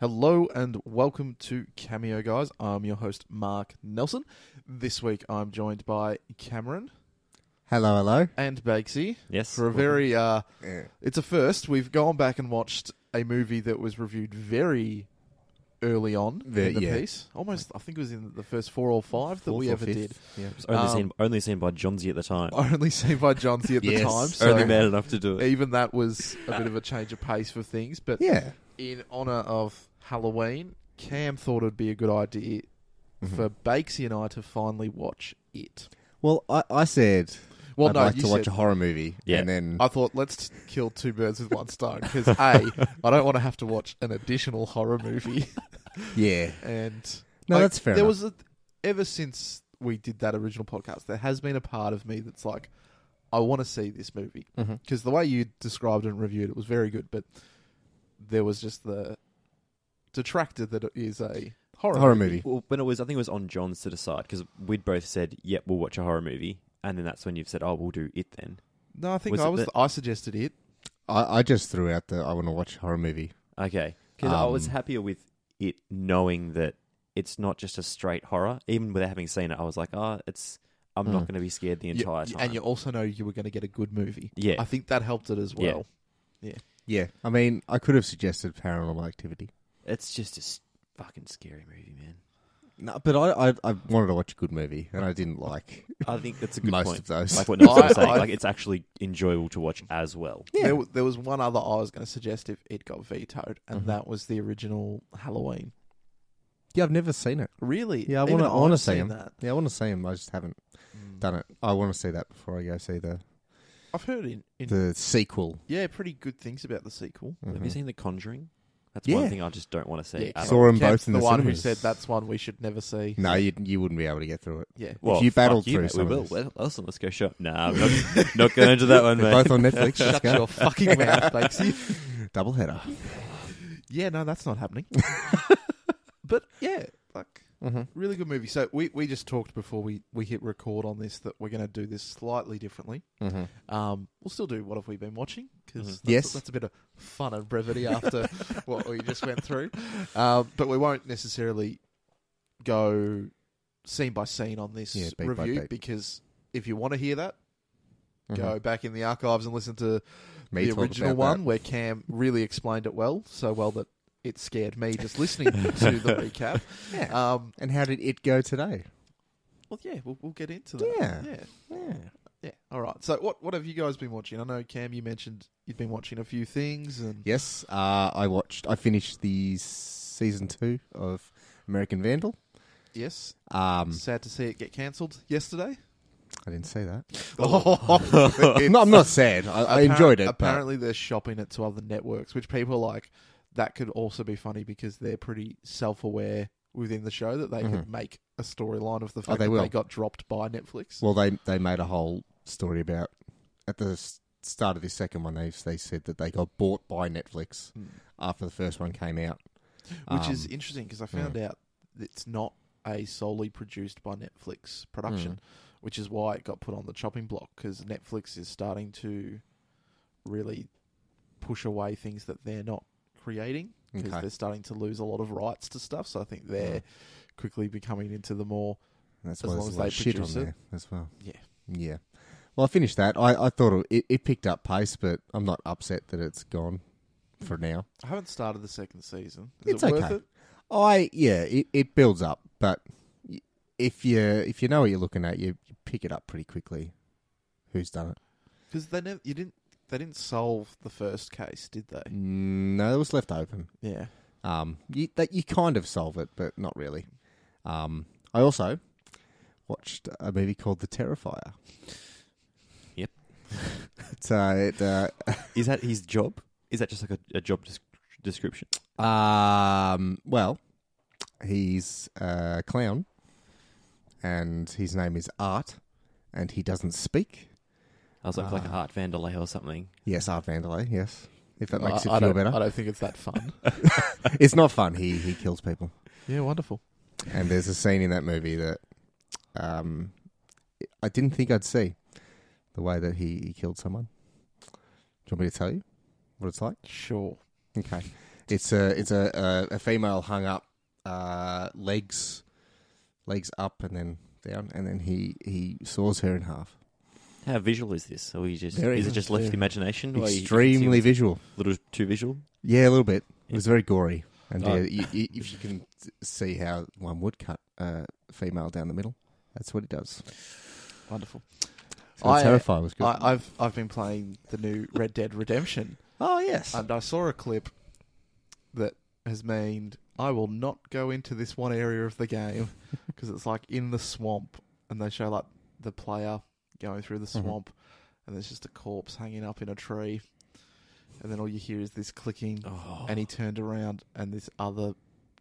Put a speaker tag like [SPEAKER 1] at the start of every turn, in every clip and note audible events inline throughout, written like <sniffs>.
[SPEAKER 1] Hello and welcome to Cameo, guys. I'm your host, Mark Nelson. This week I'm joined by Cameron
[SPEAKER 2] Hello, hello.
[SPEAKER 1] and Bakesy
[SPEAKER 3] Yes.
[SPEAKER 1] for a very, uh, it's a first. We've gone back and watched a movie that was reviewed very early on
[SPEAKER 2] Ve-
[SPEAKER 1] in the
[SPEAKER 2] yeah.
[SPEAKER 1] piece. Almost, I think it was in the first four or five that we
[SPEAKER 2] Fourth or
[SPEAKER 1] ever did.
[SPEAKER 2] fifth. Yeah.
[SPEAKER 3] It was only,
[SPEAKER 1] um, Oh,
[SPEAKER 3] seen, only seen by Johnsy at the time.
[SPEAKER 1] Only seen by John C at the
[SPEAKER 2] Yes.
[SPEAKER 1] time. So
[SPEAKER 3] <laughs> only man enough to do it.
[SPEAKER 1] even that was a bit of a change of pace for things. But
[SPEAKER 2] Yeah.
[SPEAKER 1] in honor of Halloween, Cam thought it'd be a good idea
[SPEAKER 2] Mm-hmm.
[SPEAKER 1] for Bakesy and I to finally watch it.
[SPEAKER 2] Well, I, I said
[SPEAKER 1] Well,
[SPEAKER 2] I'd
[SPEAKER 1] no,
[SPEAKER 2] like
[SPEAKER 1] you
[SPEAKER 2] to watch a
[SPEAKER 1] said-
[SPEAKER 2] horror movie,
[SPEAKER 3] Yeah.
[SPEAKER 2] and then
[SPEAKER 1] I thought let's kill two birds with one stone because
[SPEAKER 2] <laughs>
[SPEAKER 1] a, I don't want to have to watch an additional horror movie,
[SPEAKER 2] yeah,
[SPEAKER 1] and
[SPEAKER 2] No,
[SPEAKER 1] like,
[SPEAKER 2] that's fair
[SPEAKER 1] There
[SPEAKER 2] enough.
[SPEAKER 1] was a, ever since we did that original podcast, there has been a part of me that's like, I want to see this movie
[SPEAKER 3] Mm-hmm.
[SPEAKER 2] Mhm.
[SPEAKER 1] because the way you described and reviewed it was very good, but there was just the detractor that it is a horror
[SPEAKER 2] horror movie.
[SPEAKER 3] Well, when it was, I think it was on John's to decide because we'd both said, "Yep, we'll watch a horror movie," and then that's when you've said, "Oh, we'll do it then."
[SPEAKER 1] No, I think
[SPEAKER 3] Was
[SPEAKER 1] I
[SPEAKER 3] it
[SPEAKER 1] was.
[SPEAKER 3] that-
[SPEAKER 1] I suggested it.
[SPEAKER 2] I, I just threw out the I want to watch a horror movie.
[SPEAKER 3] Okay, because I was
[SPEAKER 2] Um,
[SPEAKER 3] happier with it knowing that it's not just a straight horror. Even without having seen it, I was like, "Oh, it's." I'm not
[SPEAKER 2] Hmm.
[SPEAKER 3] going to be scared the
[SPEAKER 1] You-
[SPEAKER 3] entire time.
[SPEAKER 1] and you also know you were going to get a good movie.
[SPEAKER 3] Yeah.
[SPEAKER 1] I think that helped it as
[SPEAKER 3] Yeah.
[SPEAKER 1] well.
[SPEAKER 2] Yeah, I mean, I could have suggested Paranormal Activity,
[SPEAKER 3] It's just a s- fucking scary movie, man.
[SPEAKER 2] no, but I, I I wanted to watch a good movie, and I didn't like
[SPEAKER 3] I think that's a good
[SPEAKER 2] most
[SPEAKER 3] point.
[SPEAKER 2] of those.
[SPEAKER 3] Like what Nelson
[SPEAKER 1] <laughs> I-
[SPEAKER 3] was saying,
[SPEAKER 1] I-
[SPEAKER 3] like it's actually enjoyable to watch as well.
[SPEAKER 2] <laughs> yeah,
[SPEAKER 1] There, there was one other I was going to suggest if it got vetoed, and
[SPEAKER 3] Mm-hmm.
[SPEAKER 2] Mhm.
[SPEAKER 1] that was the original Halloween.
[SPEAKER 2] yeah, I've never seen it.
[SPEAKER 1] Really?
[SPEAKER 2] Yeah, I
[SPEAKER 1] Even
[SPEAKER 2] want to. I want to
[SPEAKER 1] I've
[SPEAKER 2] see
[SPEAKER 1] seen
[SPEAKER 2] him.
[SPEAKER 1] That.
[SPEAKER 2] Yeah, I want to see him. I just haven't
[SPEAKER 3] Mm.
[SPEAKER 2] done it. I want to see that before I go see the
[SPEAKER 1] I've heard in, in
[SPEAKER 2] the sequel. Mm-hmm.
[SPEAKER 1] yeah, pretty good things about the sequel.
[SPEAKER 3] Have you seen The Conjuring? That's
[SPEAKER 2] Yeah.
[SPEAKER 3] one thing I just don't want to see.
[SPEAKER 1] Yeah,
[SPEAKER 3] at
[SPEAKER 2] Saw
[SPEAKER 3] all.
[SPEAKER 2] 'em
[SPEAKER 1] Kemp's
[SPEAKER 2] both in
[SPEAKER 1] the,
[SPEAKER 2] the
[SPEAKER 1] one who
[SPEAKER 2] cinemas.
[SPEAKER 1] said that's one we should never see.
[SPEAKER 2] No, you you wouldn't be able to get through it. <laughs>
[SPEAKER 1] Yeah.
[SPEAKER 3] Well,
[SPEAKER 2] you
[SPEAKER 3] fuck
[SPEAKER 2] battled
[SPEAKER 3] you,
[SPEAKER 2] through
[SPEAKER 3] mate,
[SPEAKER 2] some of
[SPEAKER 3] we will.
[SPEAKER 2] this.
[SPEAKER 3] Well, else let's go shop. Nah, I'm <laughs>
[SPEAKER 2] <laughs>
[SPEAKER 3] not, not going to do that one,
[SPEAKER 2] They're
[SPEAKER 3] mate.
[SPEAKER 2] both on
[SPEAKER 3] <laughs>
[SPEAKER 2] Netflix. Let's
[SPEAKER 1] Shut
[SPEAKER 2] go.
[SPEAKER 1] your fucking mouth, Bakesy.
[SPEAKER 2] Double header.
[SPEAKER 1] <laughs> Yeah, no, that's not
[SPEAKER 2] <laughs>
[SPEAKER 1] happening. but yeah, like
[SPEAKER 2] Mm-hmm.
[SPEAKER 1] really good movie. So we, we just talked before we, we hit record on this that we're going to do this slightly differently.
[SPEAKER 2] Mm-hmm.
[SPEAKER 1] Um, we'll still do what have we been watching because
[SPEAKER 3] Mhm.
[SPEAKER 1] that's,
[SPEAKER 2] Yes.
[SPEAKER 1] that's a bit of fun and brevity
[SPEAKER 2] <laughs>
[SPEAKER 1] after what we just went through. Um, but we won't necessarily go scene by scene on this
[SPEAKER 2] Yeah, beat by
[SPEAKER 1] review
[SPEAKER 2] beat. Mm-hmm.
[SPEAKER 1] because if you want to hear that, go back in the archives and listen to
[SPEAKER 2] Me
[SPEAKER 1] the
[SPEAKER 2] talk
[SPEAKER 1] original
[SPEAKER 2] about
[SPEAKER 1] one
[SPEAKER 2] that.
[SPEAKER 1] where Cam really explained it well, so well that it scared me just listening
[SPEAKER 2] <laughs>
[SPEAKER 1] to the recap.
[SPEAKER 2] Yeah.
[SPEAKER 1] Um,
[SPEAKER 2] and how did it go today?
[SPEAKER 1] well, yeah, we'll, we'll get into that.
[SPEAKER 2] Yeah.
[SPEAKER 1] yeah,
[SPEAKER 2] Yeah.
[SPEAKER 1] yeah. All right. So, what what have you guys been watching? I know Cam, you mentioned you've been watching a few things, and
[SPEAKER 2] Yes, uh, I watched. I finished the s- season two of American Vandal.
[SPEAKER 1] yes,
[SPEAKER 2] Um,
[SPEAKER 1] sad to see it get cancelled yesterday.
[SPEAKER 2] I didn't say <laughs> that.
[SPEAKER 1] It's-
[SPEAKER 2] <laughs> no, I'm not sad. I, Oh, I
[SPEAKER 1] Appar-
[SPEAKER 2] enjoyed it. Apparently,
[SPEAKER 1] Apparently, they're shopping it to other networks, which people are like. That could also be funny because they're pretty self-aware within the show that they could make a storyline of the fact
[SPEAKER 2] Mm-hmm. Oh, they
[SPEAKER 1] that
[SPEAKER 2] will.
[SPEAKER 1] they got dropped by Netflix.
[SPEAKER 2] well, they they made a whole story about at the s- start of this second one. They they said that they got bought by Netflix
[SPEAKER 1] Mm.
[SPEAKER 2] after the first one came out.
[SPEAKER 1] which is
[SPEAKER 2] Um,
[SPEAKER 1] interesting because I found out it's not a solely produced by Netflix production,
[SPEAKER 2] Mm.
[SPEAKER 1] which is why it got put on the chopping block because Netflix is starting to really push away things that they're not creating because
[SPEAKER 2] Okay.
[SPEAKER 1] they're starting to lose a lot of rights to stuff. So I think they're
[SPEAKER 2] Mm.
[SPEAKER 1] quickly becoming into the more
[SPEAKER 2] That's
[SPEAKER 1] as
[SPEAKER 2] why
[SPEAKER 1] long
[SPEAKER 2] there's
[SPEAKER 1] as
[SPEAKER 2] a lot
[SPEAKER 1] they
[SPEAKER 2] of shit on
[SPEAKER 1] produce it.
[SPEAKER 2] there as well.
[SPEAKER 1] Yeah.
[SPEAKER 2] Yeah. Well, I finished that. I, I thought it, it picked up pace, but I'm not upset that it's gone for now.
[SPEAKER 1] I haven't started the second season. Is
[SPEAKER 2] It's
[SPEAKER 1] it worth
[SPEAKER 2] okay.
[SPEAKER 1] it?
[SPEAKER 2] I yeah, it, it builds up, but y- if you if you know what you're looking at, you, you pick it up pretty quickly. Who's done it?
[SPEAKER 1] Because they never, you didn't, they didn't solve the first case, did
[SPEAKER 2] Mm.
[SPEAKER 1] they?
[SPEAKER 2] No, it was left open.
[SPEAKER 1] Yeah.
[SPEAKER 2] Um, you, that you kind of solve it, but not really. Um, I also watched a movie called The Terrifier.
[SPEAKER 3] Yep.
[SPEAKER 2] <laughs> it's uh, it, uh,
[SPEAKER 3] Is that his job? Is that just like a, a job des- description?
[SPEAKER 2] Um, well, he's a clown, and his name is Art, and he doesn't speak.
[SPEAKER 3] I was like, like
[SPEAKER 2] Ah.
[SPEAKER 3] a Hart Vandelay or something.
[SPEAKER 2] Yes, Art Vandelay. Yes, if that makes
[SPEAKER 1] I,
[SPEAKER 2] it
[SPEAKER 1] Uh, I
[SPEAKER 2] feel
[SPEAKER 1] don't- I
[SPEAKER 2] better.
[SPEAKER 1] don't think it's that fun.
[SPEAKER 2] <laughs> It's not fun. He he kills people,
[SPEAKER 1] yeah, wonderful.
[SPEAKER 2] and there's a scene in that movie that um, I didn't think I'd see the way that he, he killed someone. Do you want me to tell you what it's like?
[SPEAKER 1] Sure.
[SPEAKER 2] Okay. It's a it's a a, a female hung up, uh, legs, legs up and then down, and then he he saws her in half.
[SPEAKER 3] How visual is this? Are we just
[SPEAKER 2] Very
[SPEAKER 3] is it just left
[SPEAKER 1] very-
[SPEAKER 3] the imagination? Or you- you can see
[SPEAKER 2] Extremely
[SPEAKER 3] it's
[SPEAKER 2] visual.
[SPEAKER 3] a little too visual.
[SPEAKER 2] Yeah, a little bit. It was very gory, and
[SPEAKER 1] Oh.
[SPEAKER 2] uh, you, you, if you can see how one would cut a female down the middle, that's what it does.
[SPEAKER 1] Wonderful.
[SPEAKER 2] So I,
[SPEAKER 1] I-
[SPEAKER 2] Terrify was good.
[SPEAKER 1] I, I've I've been playing the new Red Dead Redemption,
[SPEAKER 2] oh yes,
[SPEAKER 1] and I saw a clip that has meant I will not go into this one area of the game because it's like in the swamp, and they show like the player going through the
[SPEAKER 2] Mhm.
[SPEAKER 1] swamp, and there's just a corpse hanging up in a tree, and then all you hear is this clicking,
[SPEAKER 3] Oh,
[SPEAKER 1] and he turned around, and this other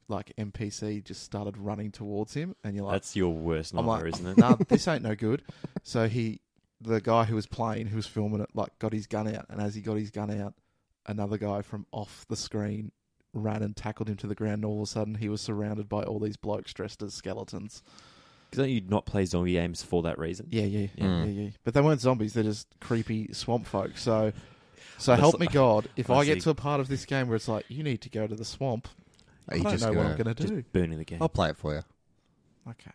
[SPEAKER 1] like NPC just started running towards him, and you're like,
[SPEAKER 3] that's your worst
[SPEAKER 1] I'm
[SPEAKER 3] nightmare,
[SPEAKER 1] like,
[SPEAKER 2] <laughs>
[SPEAKER 3] isn't it?
[SPEAKER 1] nah, this ain't no good. So he, the guy who was playing, who was filming it, like got his gun out, and as he got his gun out, another guy from off the screen ran and tackled him to the ground. And all of a sudden, he was surrounded by all these blokes dressed as skeletons.
[SPEAKER 3] Don't you not play zombie games for that reason?
[SPEAKER 1] Yeah, yeah, yeah,
[SPEAKER 2] Mm.
[SPEAKER 1] yeah, yeah. But they weren't zombies; they're just creepy swamp folk. So, so
[SPEAKER 3] That's-
[SPEAKER 1] help me God, if I
[SPEAKER 3] honestly-
[SPEAKER 1] get to a part of this game where it's like you need to go to the swamp,
[SPEAKER 2] Are
[SPEAKER 1] I
[SPEAKER 2] you
[SPEAKER 1] don't
[SPEAKER 2] just
[SPEAKER 1] know what
[SPEAKER 2] gonna-
[SPEAKER 1] I'm going to
[SPEAKER 3] Just
[SPEAKER 1] do.
[SPEAKER 3] burning the game.
[SPEAKER 2] I'll play it for you.
[SPEAKER 1] Okay.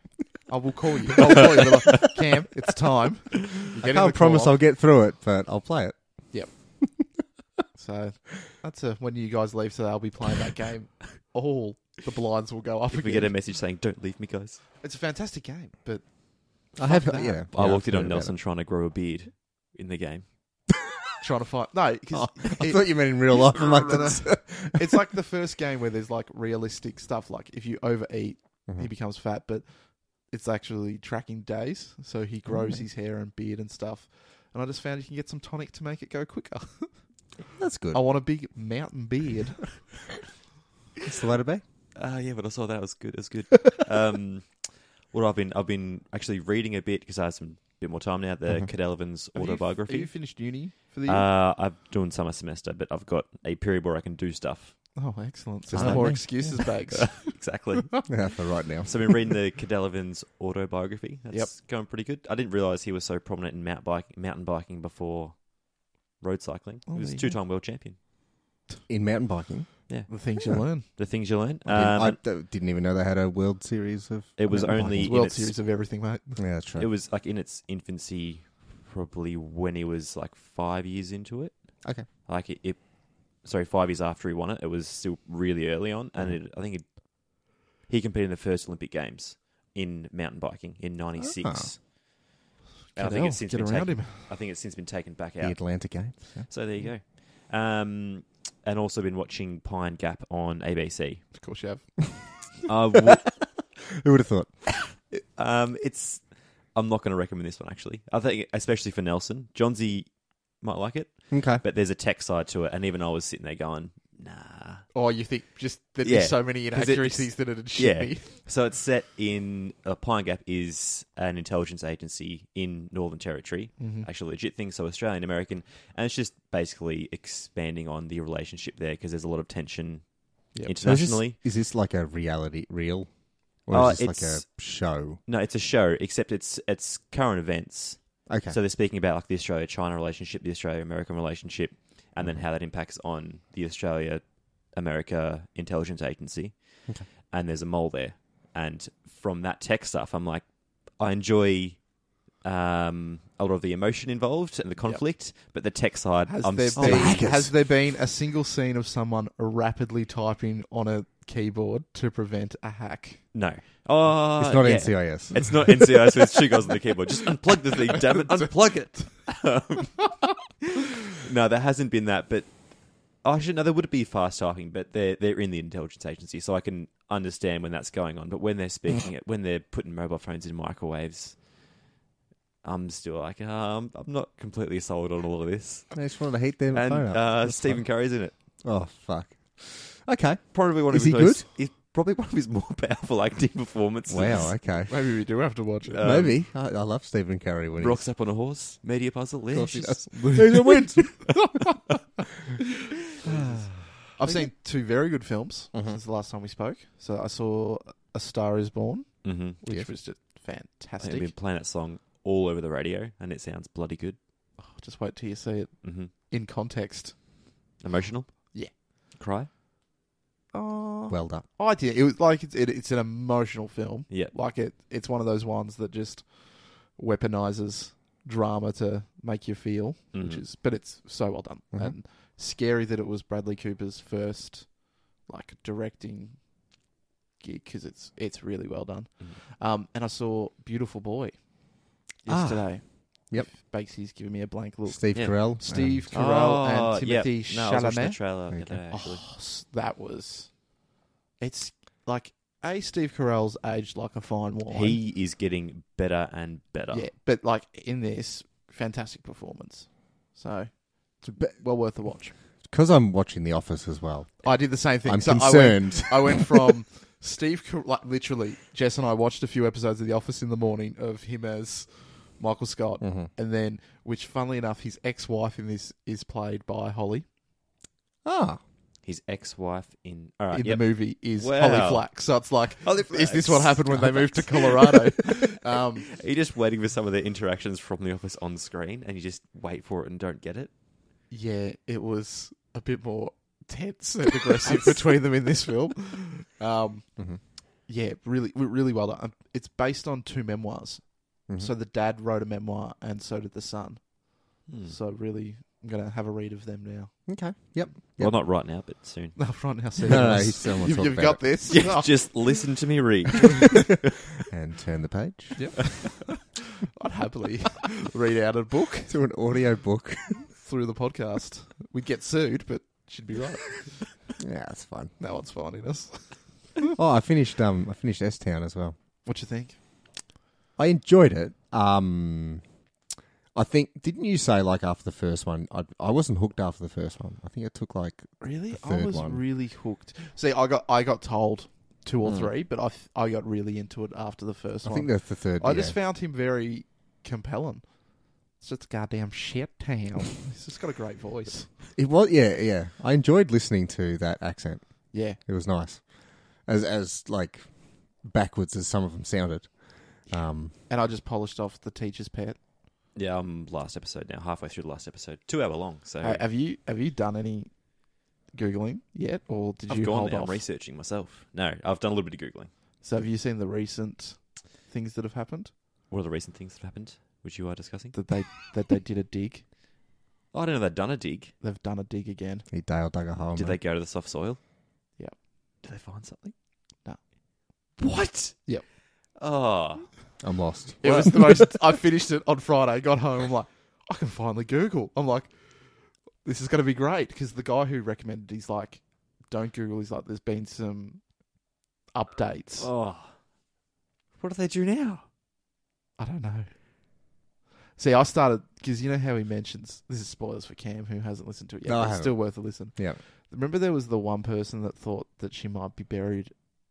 [SPEAKER 1] I will call you. I'll call you. But like, Cam, it's
[SPEAKER 2] <laughs>
[SPEAKER 1] time. You're
[SPEAKER 2] I
[SPEAKER 1] getting the
[SPEAKER 2] can't promise
[SPEAKER 1] call
[SPEAKER 2] I'll
[SPEAKER 1] off.
[SPEAKER 2] get through it, but I'll play it.
[SPEAKER 1] So that's a, when you guys leave, so they'll be playing that
[SPEAKER 3] <laughs>
[SPEAKER 1] game. All the blinds will go up
[SPEAKER 3] if
[SPEAKER 1] again.
[SPEAKER 3] we get a message saying "Don't leave me, guys,"
[SPEAKER 1] It's a fantastic game, but
[SPEAKER 2] I have,
[SPEAKER 1] that.
[SPEAKER 2] yeah.
[SPEAKER 3] I
[SPEAKER 2] yeah,
[SPEAKER 3] walked
[SPEAKER 2] I've
[SPEAKER 3] in
[SPEAKER 2] heard
[SPEAKER 3] on
[SPEAKER 2] about
[SPEAKER 3] Nelson trying to grow a beard in the game.
[SPEAKER 1] trying to find no, because
[SPEAKER 2] it. <laughs> I thought you meant in real life. I'm like,
[SPEAKER 1] No, no, no.
[SPEAKER 2] that's- <laughs>
[SPEAKER 3] Oh. <laughs>
[SPEAKER 1] it's like the first game where there's like realistic stuff. Like if you overeat,
[SPEAKER 3] Mm-hmm.
[SPEAKER 2] Mhm.
[SPEAKER 1] he becomes fat, but it's actually tracking days. So he grows
[SPEAKER 3] Mm.
[SPEAKER 2] Alright.
[SPEAKER 1] his hair and beard and stuff. And I just found you can get some tonic to make it go
[SPEAKER 3] <laughs>
[SPEAKER 1] quicker.
[SPEAKER 2] that's good.
[SPEAKER 1] I want a big mountain beard.
[SPEAKER 2] It's the way to be.
[SPEAKER 3] Ah, yeah, but I saw that it was good. It
[SPEAKER 2] <laughs>
[SPEAKER 3] was good. um, what I've been, I've been actually reading a bit because I have some bit more time now. The
[SPEAKER 2] Mhm.
[SPEAKER 3] Cat Elevin's
[SPEAKER 1] Have you-
[SPEAKER 3] autobiography.
[SPEAKER 1] have you finished uni for the year?
[SPEAKER 3] Uh, I'm doing summer semester, but I've got a period where I can
[SPEAKER 2] <laughs>
[SPEAKER 3] do stuff.
[SPEAKER 1] oh, excellent.
[SPEAKER 2] Just
[SPEAKER 1] There's
[SPEAKER 3] like
[SPEAKER 1] no more
[SPEAKER 2] me.
[SPEAKER 3] <laughs>
[SPEAKER 1] excuses, Bags.
[SPEAKER 3] exactly. <laughs>
[SPEAKER 2] Yeah, for right now.
[SPEAKER 3] so I've been reading the Cadelavan's autobiography. That's going pretty good. I didn't realize he was so prominent in mount biking, mountain biking before road cycling.
[SPEAKER 1] Oh,
[SPEAKER 3] he was
[SPEAKER 1] there
[SPEAKER 3] a
[SPEAKER 1] you
[SPEAKER 3] two-time world champion.
[SPEAKER 2] In mountain biking,
[SPEAKER 1] the things
[SPEAKER 2] Yeah.
[SPEAKER 1] you
[SPEAKER 3] <laughs>
[SPEAKER 1] learn.
[SPEAKER 3] The things you learn. Um,
[SPEAKER 2] I, didn't, I didn't even know they had a world series of.
[SPEAKER 3] It was
[SPEAKER 2] mountain
[SPEAKER 3] only-
[SPEAKER 1] It's
[SPEAKER 2] biking.
[SPEAKER 1] World
[SPEAKER 3] its-
[SPEAKER 1] Series of everything, mate.
[SPEAKER 2] Yeah, that's right.
[SPEAKER 3] it was like in its infancy, probably when he was like five years into it.
[SPEAKER 2] Okay.
[SPEAKER 3] Like it, it sorry, five years after he won it, it was still really early on, and
[SPEAKER 1] Mm-hmm.
[SPEAKER 3] it, I think it, he competed in the first Olympic Games in mountain biking in '96. And I
[SPEAKER 1] Ah. Get
[SPEAKER 3] think it's
[SPEAKER 1] out,
[SPEAKER 3] since
[SPEAKER 1] get
[SPEAKER 3] been
[SPEAKER 1] around
[SPEAKER 3] taken,
[SPEAKER 1] him.
[SPEAKER 3] I think it's since been taken back
[SPEAKER 2] the
[SPEAKER 3] out.
[SPEAKER 2] Atlantic Games. yeah.
[SPEAKER 3] So there you go. Um, and also been watching Pine Gap
[SPEAKER 1] <laughs>
[SPEAKER 3] on ABC.
[SPEAKER 1] Of course you have.
[SPEAKER 3] Uh, w-
[SPEAKER 2] Who would have thought?
[SPEAKER 3] um, it's I'm not going to recommend this one actually. I think especially for Nelson, Johnsy might like it,
[SPEAKER 2] Okay.
[SPEAKER 3] but there's a tech side to it, and even I was sitting there going, nah.
[SPEAKER 1] Oh, you think just there'd
[SPEAKER 3] Yeah,
[SPEAKER 1] be so many
[SPEAKER 3] 'cause it's-
[SPEAKER 1] inaccuracies that it'd shit
[SPEAKER 3] yeah.
[SPEAKER 1] me.
[SPEAKER 3] So it's set in uh, Pine Gap is an intelligence agency in Northern Territory, actually a legit thing. So Australian American, and it's just basically expanding on the relationship there because there's a lot of tension
[SPEAKER 1] Yep.
[SPEAKER 2] So is this-
[SPEAKER 3] internationally.
[SPEAKER 2] is this like a reality real, or
[SPEAKER 3] Uh,
[SPEAKER 2] is this like a
[SPEAKER 3] it's-
[SPEAKER 2] show?
[SPEAKER 3] No, it's a show, except it's it's current events.
[SPEAKER 2] Okay.
[SPEAKER 3] So they're speaking about like the Australia China relationship, the Australia American relationship,
[SPEAKER 2] Mm-hmm.
[SPEAKER 3] and then how that impacts on the Australia America intelligence agency.
[SPEAKER 2] Okay.
[SPEAKER 3] And there's a mole there. And from that tech stuff, I'm like, I enjoy um, a lot of the emotion involved and the conflict, but the tech side,
[SPEAKER 1] Has
[SPEAKER 3] I'm
[SPEAKER 1] there
[SPEAKER 3] still
[SPEAKER 1] been
[SPEAKER 2] hackers.
[SPEAKER 3] <laughs>
[SPEAKER 1] has there been a single scene of someone rapidly typing on a keyboard to prevent a hack?
[SPEAKER 3] no. Oh,
[SPEAKER 2] it's not
[SPEAKER 3] yeah.
[SPEAKER 2] NCIS.
[SPEAKER 3] It's not NCIS. so it's two guys on the keyboard. Just unplug the thing, damn it! <laughs> Unplug it. Um, no, there hasn't been that, but oh, actually, no, there would be fast typing, but they're they're in the intelligence agency, so I can understand when that's going on. But when they're speaking it, when they're putting mobile phones in microwaves, I'm still like, um, I'm not completely sold on all of this.
[SPEAKER 2] They just wanted to heat their
[SPEAKER 3] And
[SPEAKER 2] phone up.
[SPEAKER 3] uh,
[SPEAKER 2] That's
[SPEAKER 3] Stephen Curry's in it.
[SPEAKER 2] fine. Oh fuck. Okay.
[SPEAKER 3] Probably one of
[SPEAKER 2] Is
[SPEAKER 3] his
[SPEAKER 2] he
[SPEAKER 3] most, He's probably one of his more <laughs> powerful acting performances. <laughs>
[SPEAKER 2] Wow. Okay.
[SPEAKER 1] Maybe we do have to watch it.
[SPEAKER 3] Uh, Um, <laughs>
[SPEAKER 2] Maybe I, I love Stephen Curry when
[SPEAKER 3] Rocks up on a horse, media puzzle.
[SPEAKER 2] he's.
[SPEAKER 3] Yeah,
[SPEAKER 2] Of course he
[SPEAKER 3] she's-
[SPEAKER 2] does. There's a win.
[SPEAKER 1] <laughs>
[SPEAKER 3] <laughs>
[SPEAKER 2] <sighs>
[SPEAKER 1] I've seen two very good films
[SPEAKER 3] Mm-hmm.
[SPEAKER 2] Mhm.
[SPEAKER 1] since the last time we spoke. So I saw A Star Is Born,
[SPEAKER 3] Mm-hmm.
[SPEAKER 1] which
[SPEAKER 2] Yes.
[SPEAKER 1] was just
[SPEAKER 3] I have
[SPEAKER 1] fantastic.
[SPEAKER 3] been playing that song all over the radio, and it sounds bloody good.
[SPEAKER 1] Just wait till you see it
[SPEAKER 3] hmm
[SPEAKER 1] in context.
[SPEAKER 3] Emotional.
[SPEAKER 1] Yeah.
[SPEAKER 3] Cry.
[SPEAKER 1] oh,
[SPEAKER 2] Welled up.
[SPEAKER 1] I did. It was like it's it, it's an emotional film.
[SPEAKER 3] Yeah.
[SPEAKER 1] like it it's one of those ones that just weaponizes drama to make you feel, which
[SPEAKER 3] Mhm.
[SPEAKER 1] is but it's so well done
[SPEAKER 2] Mhm.
[SPEAKER 1] and scary that it was Bradley Cooper's first like directing gig because it's it's really well done.
[SPEAKER 3] Mhm.
[SPEAKER 1] Um, and I saw Beautiful Boy
[SPEAKER 2] Ah.
[SPEAKER 1] yesterday.
[SPEAKER 2] Yep.
[SPEAKER 1] Bakesy's giving me a blank look.
[SPEAKER 2] Steve
[SPEAKER 3] Yeah.
[SPEAKER 2] Carell. Um, and-
[SPEAKER 1] Steve
[SPEAKER 3] Oh,
[SPEAKER 1] Carell and
[SPEAKER 3] yeah.
[SPEAKER 1] Timothy
[SPEAKER 3] No, I was watching the
[SPEAKER 1] Chalamet.
[SPEAKER 3] trailer
[SPEAKER 2] Okay.
[SPEAKER 3] the other day, actually.
[SPEAKER 1] Oh, s- that was. It's like a Steve Carell's aged like a fine wine.
[SPEAKER 3] He is getting better and better.
[SPEAKER 1] yeah, but like in this fantastic performance, so it's a bit, well worth the watch.
[SPEAKER 2] Because I'm watching The Office as well.
[SPEAKER 1] I did the same thing.
[SPEAKER 2] I'm
[SPEAKER 1] so
[SPEAKER 2] concerned.
[SPEAKER 3] <laughs>
[SPEAKER 1] I went, I went from Steve, Car- like literally, Jess and I watched a few episodes of The Office in the morning of him as Michael Scott,
[SPEAKER 2] Mhm.
[SPEAKER 1] and then, which funnily enough, his ex-wife in this is played by Holly
[SPEAKER 2] Ah.
[SPEAKER 3] His ex-wife in. All right.
[SPEAKER 1] in
[SPEAKER 3] yep. Oh,
[SPEAKER 1] the movie is
[SPEAKER 3] Wow.
[SPEAKER 1] Holly Flack. So it's like,
[SPEAKER 3] Holly
[SPEAKER 1] is
[SPEAKER 3] Flack.
[SPEAKER 1] this what happened when they moved
[SPEAKER 3] <laughs>
[SPEAKER 1] to Colorado? um,
[SPEAKER 3] Are you just waiting for some of the interactions from The Office on screen, and you just wait for it and don't get it?
[SPEAKER 1] yeah, it was a bit more tense and aggressive between them in this film. Um,
[SPEAKER 2] Mhm.
[SPEAKER 1] Yeah, really, really well done. It's based on two memoirs.
[SPEAKER 2] Mhm.
[SPEAKER 1] So the dad wrote a memoir, and so did the son.
[SPEAKER 3] Hmm.
[SPEAKER 1] So really, I'm gonna have a read of them now.
[SPEAKER 2] Okay. Yep. <laughs>
[SPEAKER 3] Well, not right now, but
[SPEAKER 1] <laughs>
[SPEAKER 3] soon.
[SPEAKER 1] No, front now,
[SPEAKER 2] No, no, he's still
[SPEAKER 1] you've, you've got
[SPEAKER 2] <laughs>
[SPEAKER 1] this. Oh.
[SPEAKER 3] Yeah, just listen to me read.
[SPEAKER 2] And turn the page.
[SPEAKER 1] <laughs> I'd happily read out a book
[SPEAKER 2] <laughs> To an audio book.
[SPEAKER 1] through the podcast. We'd get sued, but she'd be right.
[SPEAKER 2] <laughs> yeah, that's fun.
[SPEAKER 1] No one's finding us.
[SPEAKER 2] <laughs> Oh, I finished. Um, I finished S Town as well.
[SPEAKER 1] What you think?
[SPEAKER 2] I enjoyed it. Um, I think didn't you say like after the first one? I I wasn't hooked after the first one. I think it took like
[SPEAKER 1] Really,
[SPEAKER 2] The
[SPEAKER 1] I
[SPEAKER 2] third
[SPEAKER 1] was
[SPEAKER 2] one.
[SPEAKER 1] really hooked. See, I got I got told two or
[SPEAKER 2] Mm.
[SPEAKER 1] three, but I f- I got really into it after the first
[SPEAKER 2] I
[SPEAKER 1] one.
[SPEAKER 2] think that's the third.
[SPEAKER 1] I just
[SPEAKER 2] yeah.
[SPEAKER 1] found him very compelling. It's just goddamn shit town. <laughs> He's just got a great voice.
[SPEAKER 2] it was yeah yeah. I enjoyed listening to that accent.
[SPEAKER 1] Yeah,
[SPEAKER 2] It was nice, as as like backwards as some of them sounded. Um,
[SPEAKER 1] and I just polished off the teacher's pet.
[SPEAKER 3] yeah, I'm last episode now, halfway through the last episode, two hour long. So
[SPEAKER 1] Uh, have you have you done any googling yet, or did
[SPEAKER 3] I've
[SPEAKER 1] you
[SPEAKER 3] gone
[SPEAKER 1] hold
[SPEAKER 3] now.
[SPEAKER 1] off?
[SPEAKER 3] I'm researching myself. No, I've done a little bit of googling.
[SPEAKER 1] so have you seen the recent things that have happened
[SPEAKER 3] What are the recent things that happened, which you are discussing?
[SPEAKER 1] that they that they did a dig?
[SPEAKER 3] Oh, I don't know. They've done a dig.
[SPEAKER 1] They've done a dig again.
[SPEAKER 2] he Dale dug a hole.
[SPEAKER 3] Did
[SPEAKER 2] mate.
[SPEAKER 3] they go to the soft soil?
[SPEAKER 1] Oh, Yep.
[SPEAKER 3] Did they find something?
[SPEAKER 1] No.
[SPEAKER 3] What?
[SPEAKER 1] Yep.
[SPEAKER 3] Oh.
[SPEAKER 2] I'm lost.
[SPEAKER 1] It was the most. I finished it on Friday. Got home. I'm like, I can finally Google. I'm like, this is going to be great because the guy who recommended, he's like, don't Google. He's like, there's been some updates.
[SPEAKER 3] Oh. What do they do now?
[SPEAKER 1] I don't know. See, I started because you know how he mentions this is spoilers for Cam who hasn't listened to it yet.
[SPEAKER 2] No, I
[SPEAKER 1] but it's
[SPEAKER 2] haven't.
[SPEAKER 1] still worth a listen.
[SPEAKER 2] Yeah.
[SPEAKER 1] Remember, there was the one person that thought that she might be buried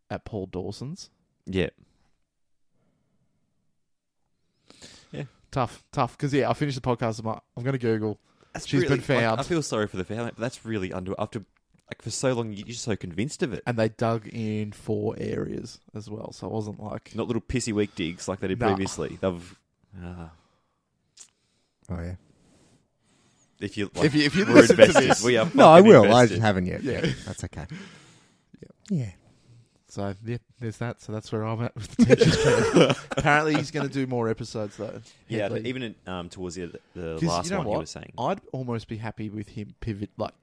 [SPEAKER 1] at Paul Dawson's.
[SPEAKER 3] Yeah.
[SPEAKER 1] Tough, tough. Because yeah, I finished the podcast. I'm like, I'm going to Google.
[SPEAKER 3] That's
[SPEAKER 1] She's been
[SPEAKER 3] really- like,
[SPEAKER 1] found.
[SPEAKER 3] I feel sorry for the family, but that's really under. After like for so long, you're just so convinced of it.
[SPEAKER 1] and they dug in four areas as well. So it wasn't like
[SPEAKER 3] Not little pissy weak digs like they did
[SPEAKER 1] Nah.
[SPEAKER 3] previously. They've. ah.
[SPEAKER 2] <laughs> Oh yeah.
[SPEAKER 3] if you like,
[SPEAKER 1] if you if you
[SPEAKER 3] we're
[SPEAKER 1] listen to
[SPEAKER 3] invested.
[SPEAKER 1] this,
[SPEAKER 3] We are.
[SPEAKER 2] No, I
[SPEAKER 3] fucking
[SPEAKER 2] will. I
[SPEAKER 3] Invested.
[SPEAKER 2] just haven't yet.
[SPEAKER 1] Yeah.
[SPEAKER 2] Yeah, that's okay. Yeah.
[SPEAKER 1] so yeah, there's that. So that's where I'm at with the
[SPEAKER 2] <laughs>
[SPEAKER 1] teacher's pet. Apparently, he's going to do more episodes though.
[SPEAKER 3] yeah,
[SPEAKER 1] Headley.
[SPEAKER 3] even in, um, towards the, the
[SPEAKER 1] 'Cause
[SPEAKER 3] last
[SPEAKER 1] you know
[SPEAKER 3] one, he
[SPEAKER 1] what?
[SPEAKER 3] was saying.
[SPEAKER 1] I'd almost be happy with him pivot like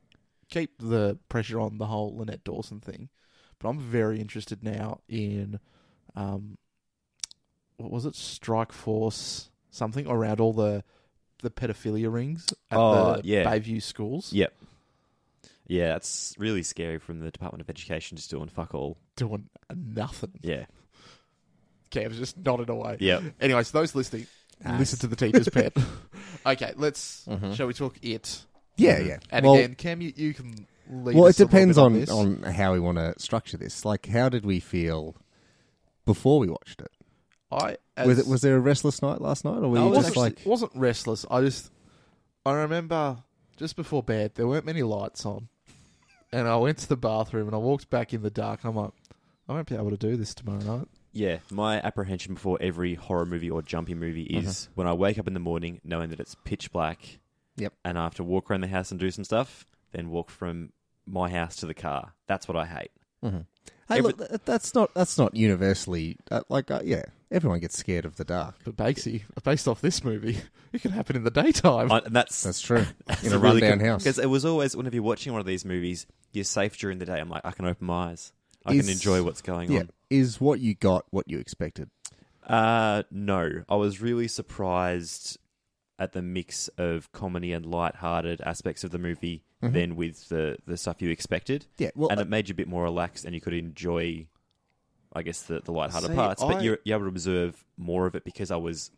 [SPEAKER 1] keep the pressure on the whole Lynette Dawson thing, but I'm very interested now in um, what was it? Strike Force something around all the the pedophilia rings at
[SPEAKER 3] Oh,
[SPEAKER 1] the
[SPEAKER 3] yeah.
[SPEAKER 1] Bayview schools.
[SPEAKER 3] Yeah. Yeah, that's really scary from the Department of Education just doing fuck all.
[SPEAKER 1] doing nothing.
[SPEAKER 3] Yeah,
[SPEAKER 1] Cam's just nodded away.
[SPEAKER 3] yeah.
[SPEAKER 1] Anyway, so those listening,
[SPEAKER 2] Nice.
[SPEAKER 1] listen to the teacher's pet.
[SPEAKER 2] <laughs>
[SPEAKER 1] okay, let's. Shall we talk it?
[SPEAKER 2] Yeah, yeah.
[SPEAKER 1] And
[SPEAKER 2] Mm-hmm. Well-
[SPEAKER 1] again, Cam, you, you can lead.
[SPEAKER 2] well, it
[SPEAKER 1] us a little
[SPEAKER 2] depends
[SPEAKER 1] bit
[SPEAKER 2] on,
[SPEAKER 1] this.
[SPEAKER 2] on how we want to structure this. Like, how did we feel before we watched it?
[SPEAKER 1] I as,
[SPEAKER 2] was it was there a restless night last night, or were
[SPEAKER 1] I
[SPEAKER 2] you
[SPEAKER 1] wasn't,
[SPEAKER 2] just
[SPEAKER 1] actually-
[SPEAKER 2] like,
[SPEAKER 1] wasn't restless. I just I remember just before bed there weren't many lights on, and I went to the bathroom and I walked back in the dark. And I'm like, I won't be able to do this tomorrow night.
[SPEAKER 3] Yeah, my apprehension before every horror movie or jumpy movie is when I wake up in the morning knowing that it's pitch black.
[SPEAKER 2] Yep.
[SPEAKER 3] And I have to walk around the house and do some stuff, then walk from my house to the car. That's what I hate.
[SPEAKER 2] "Mm-hmm." Hey,
[SPEAKER 3] Every-
[SPEAKER 2] look, th- that's not that's not universally uh, like uh, yeah. Everyone gets scared of the dark.
[SPEAKER 1] But Bakesy, based off this movie, <laughs> it can happen in the daytime.
[SPEAKER 3] Uh, and <laughs> that's
[SPEAKER 2] That's true. In a,
[SPEAKER 3] really
[SPEAKER 2] rundown house.
[SPEAKER 3] Because it was always whenever you're watching one of these movies, you're safe during the day. I'm like, I can open my eyes. I
[SPEAKER 2] Is-
[SPEAKER 3] can enjoy what's going
[SPEAKER 2] Yeah, is what you got what you expected?
[SPEAKER 3] on. Uh, no, I was really surprised at the mix of comedy and light-hearted aspects of the movie, then with the the stuff you expected,
[SPEAKER 2] Mm-hmm. Yeah, well,
[SPEAKER 3] and
[SPEAKER 2] uh,
[SPEAKER 3] it made you a bit more relaxed, and you could enjoy, I guess, the the light-hearted
[SPEAKER 1] See,
[SPEAKER 3] parts.
[SPEAKER 1] I-
[SPEAKER 3] But you're, you're able to observe more of it because I was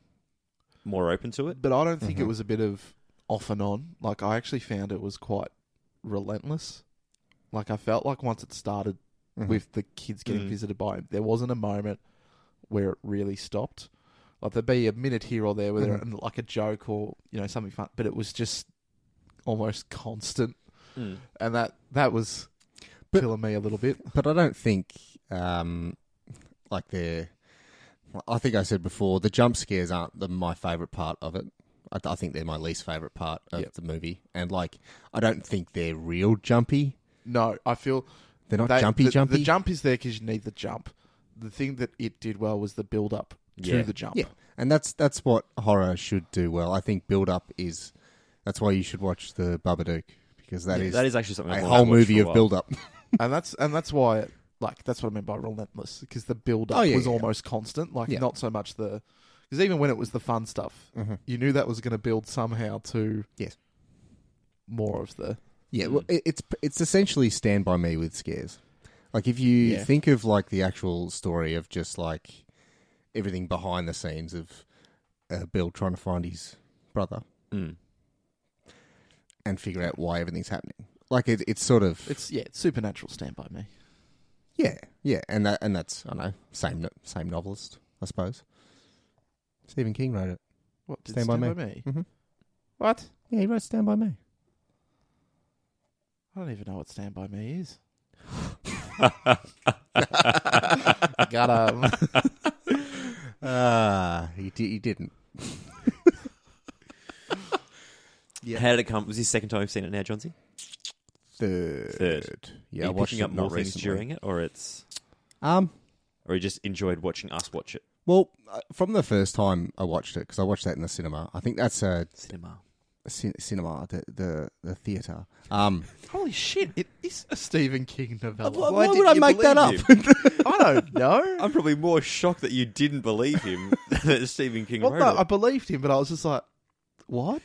[SPEAKER 3] more open to it.
[SPEAKER 1] but I don't think
[SPEAKER 2] Mm-hmm.
[SPEAKER 1] it was a bit of off and on. Like I actually found it was quite relentless. Like I felt like once it started
[SPEAKER 2] Mhm.
[SPEAKER 1] with the kids getting
[SPEAKER 3] Mm.
[SPEAKER 1] visited by him, there wasn't a moment where it really stopped. Like there'd be a minute here or there where there
[SPEAKER 2] Mhm.
[SPEAKER 1] and like a joke or you know something fun, but it was just almost constant,
[SPEAKER 3] Mm.
[SPEAKER 1] and that that was
[SPEAKER 2] But-
[SPEAKER 1] killing me a little bit.
[SPEAKER 2] but I don't think um, like they're. I think I said before the jump scares aren't the, my favorite part of it. I, th- I think they're my least favorite part of
[SPEAKER 1] Yep.
[SPEAKER 2] the movie, and like I don't think they're real jumpy.
[SPEAKER 1] No, I feel
[SPEAKER 2] They're not
[SPEAKER 1] They-
[SPEAKER 2] jumpy,
[SPEAKER 1] the,
[SPEAKER 2] jumpy.
[SPEAKER 1] The jump is there because you need the jump. The thing that it did well was the build up to
[SPEAKER 3] Yeah.
[SPEAKER 1] the jump.
[SPEAKER 2] Yeah, and that's that's what horror should do well. I think build up is that's why you should watch the Babadook because that is
[SPEAKER 3] that is actually something
[SPEAKER 2] a
[SPEAKER 3] I've
[SPEAKER 2] whole
[SPEAKER 3] watched
[SPEAKER 2] movie
[SPEAKER 3] for a
[SPEAKER 2] of
[SPEAKER 3] while.
[SPEAKER 2] build up.
[SPEAKER 1] <laughs> and that's and that's why it, like that's what I mean by relentless because the build up
[SPEAKER 2] Oh, yeah,
[SPEAKER 1] was
[SPEAKER 2] yeah, yeah.
[SPEAKER 1] almost constant. Like
[SPEAKER 2] Yeah.
[SPEAKER 1] not so much the because even when it was the fun stuff, you knew that was going to build somehow to
[SPEAKER 2] Yes.
[SPEAKER 1] more of the
[SPEAKER 3] Hmm.
[SPEAKER 2] Yeah, well, it, it's it's essentially Stand by Me with scares. Like if you
[SPEAKER 1] Yeah.
[SPEAKER 2] think of like the actual story of just like everything behind the scenes of uh, Bill trying to find his brother
[SPEAKER 3] Mm.
[SPEAKER 2] and figure out why everything's happening. Like it, it's sort of
[SPEAKER 1] it's yeah it's supernatural. Stand by me.
[SPEAKER 2] yeah, yeah, and that and that's I don't know same no- same novelist I suppose. Stephen King wrote it.
[SPEAKER 1] What did
[SPEAKER 2] Stand
[SPEAKER 1] stand,
[SPEAKER 2] by
[SPEAKER 1] by,
[SPEAKER 2] Me.
[SPEAKER 1] me?
[SPEAKER 2] Mhm.
[SPEAKER 1] What?
[SPEAKER 2] Yeah, he wrote Stand by Me.
[SPEAKER 1] I don't even know what stand by me
[SPEAKER 2] <laughs>
[SPEAKER 1] is.
[SPEAKER 3] Got
[SPEAKER 1] Got um,
[SPEAKER 2] Ah, he di- he didn't. Yeah.
[SPEAKER 3] How did it come? Was this the second time we've seen it now, Johnsy?
[SPEAKER 2] Third. Yeah,
[SPEAKER 3] Are
[SPEAKER 2] I
[SPEAKER 3] you
[SPEAKER 2] watched
[SPEAKER 3] picking up
[SPEAKER 2] it
[SPEAKER 3] more
[SPEAKER 2] not
[SPEAKER 3] things
[SPEAKER 2] recently.
[SPEAKER 3] during it, or it's
[SPEAKER 2] Um,
[SPEAKER 3] or you just enjoyed watching us watch it?
[SPEAKER 2] well, uh, from the first time I watched it because I watched that in the cinema. I think that's a,
[SPEAKER 3] Cinema.
[SPEAKER 2] cin- cinema, the the, the theater. Um,
[SPEAKER 1] holy shit! It is a Stephen King novella.
[SPEAKER 2] why,
[SPEAKER 3] why
[SPEAKER 2] would
[SPEAKER 3] didn't
[SPEAKER 2] I
[SPEAKER 3] you
[SPEAKER 2] make that up?
[SPEAKER 3] believe
[SPEAKER 2] <laughs>
[SPEAKER 1] I don't know.
[SPEAKER 3] I'm probably more shocked that you didn't believe him <laughs> that Stephen King
[SPEAKER 1] Well,
[SPEAKER 3] wrote
[SPEAKER 1] no,
[SPEAKER 3] it.
[SPEAKER 1] I believed him, but I was just like, what?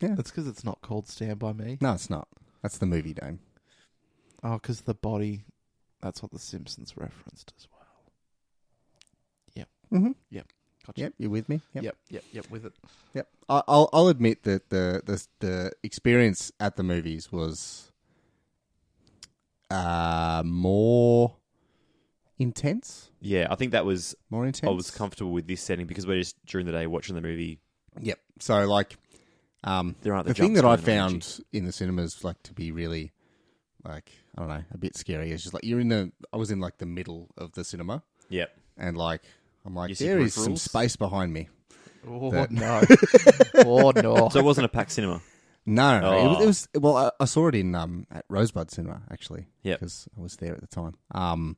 [SPEAKER 2] Yeah.
[SPEAKER 1] That's because it's not called Stand By Me.
[SPEAKER 2] no, it's not. That's the movie name.
[SPEAKER 1] Oh, because the body. That's what The Simpsons referenced as well.
[SPEAKER 2] Mm-hmm.
[SPEAKER 1] Gotcha.
[SPEAKER 2] Yep, you with me? Yep.
[SPEAKER 1] Yep, yep, yep, with it.
[SPEAKER 2] Yep. I- I'll I'll admit that the the the experience at the movies was uh more intense.
[SPEAKER 3] yeah, I think that was
[SPEAKER 2] More intense.
[SPEAKER 3] I was comfortable with this setting because we're just during the day watching the movie.
[SPEAKER 2] Yep. So like, um,
[SPEAKER 3] There aren't the,
[SPEAKER 2] the thing
[SPEAKER 3] jumps
[SPEAKER 2] that I
[SPEAKER 3] going on, actually.
[SPEAKER 2] found in the cinemas like to be really like I don't know a bit scary is just like you're in the I was in like the middle of the cinema
[SPEAKER 3] Yep.
[SPEAKER 2] <laughs> and like I'm
[SPEAKER 3] You
[SPEAKER 2] like
[SPEAKER 3] see
[SPEAKER 2] there is some
[SPEAKER 3] peripherals?
[SPEAKER 2] space behind me.
[SPEAKER 1] Oh,
[SPEAKER 2] That-
[SPEAKER 1] no.
[SPEAKER 2] <laughs>
[SPEAKER 1] oh, no.
[SPEAKER 3] So it wasn't a packed cinema.
[SPEAKER 2] No, no, no. It,
[SPEAKER 3] Oh.
[SPEAKER 2] was, it was well. I, I saw it in um at Rosebud Cinema actually.
[SPEAKER 3] Yep.
[SPEAKER 2] because I was there at the time. Um,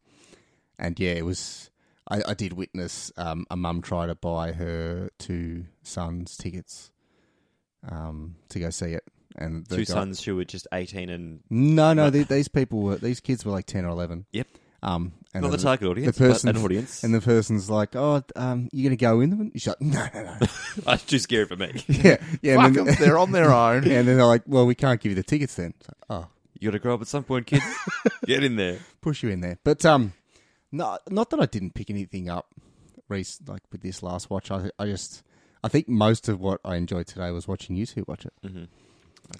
[SPEAKER 2] and yeah, it was. I, I did witness um, a mum try to buy her two sons tickets um, to go see it, and the
[SPEAKER 3] Two
[SPEAKER 2] guy-
[SPEAKER 3] sons who were just 18 and
[SPEAKER 2] No, no, the, these people were these kids were like ten or eleven.
[SPEAKER 3] Yep.
[SPEAKER 2] Um, and
[SPEAKER 3] not the
[SPEAKER 2] then
[SPEAKER 3] target audience,
[SPEAKER 2] person-
[SPEAKER 3] but an audience. <laughs>
[SPEAKER 2] And the person's like, "Oh, um, you're gonna go in them?" She's like, "No, no, no."
[SPEAKER 3] That's too scary for me.
[SPEAKER 2] yeah, yeah.
[SPEAKER 1] Fuck
[SPEAKER 2] and,
[SPEAKER 1] 'em,
[SPEAKER 2] then,
[SPEAKER 1] They're on their own.
[SPEAKER 2] <laughs> and then they're like, "Well, we can't give you the tickets then." It's like, oh,
[SPEAKER 3] You got to grow up at some
[SPEAKER 2] <laughs>
[SPEAKER 3] point, kids. Get in there.
[SPEAKER 2] push you in there. But um, no, not that I didn't pick anything up, Reese. Like with this last watch, I I just I think most of what I enjoyed today was watching you two watch it
[SPEAKER 3] <laughs>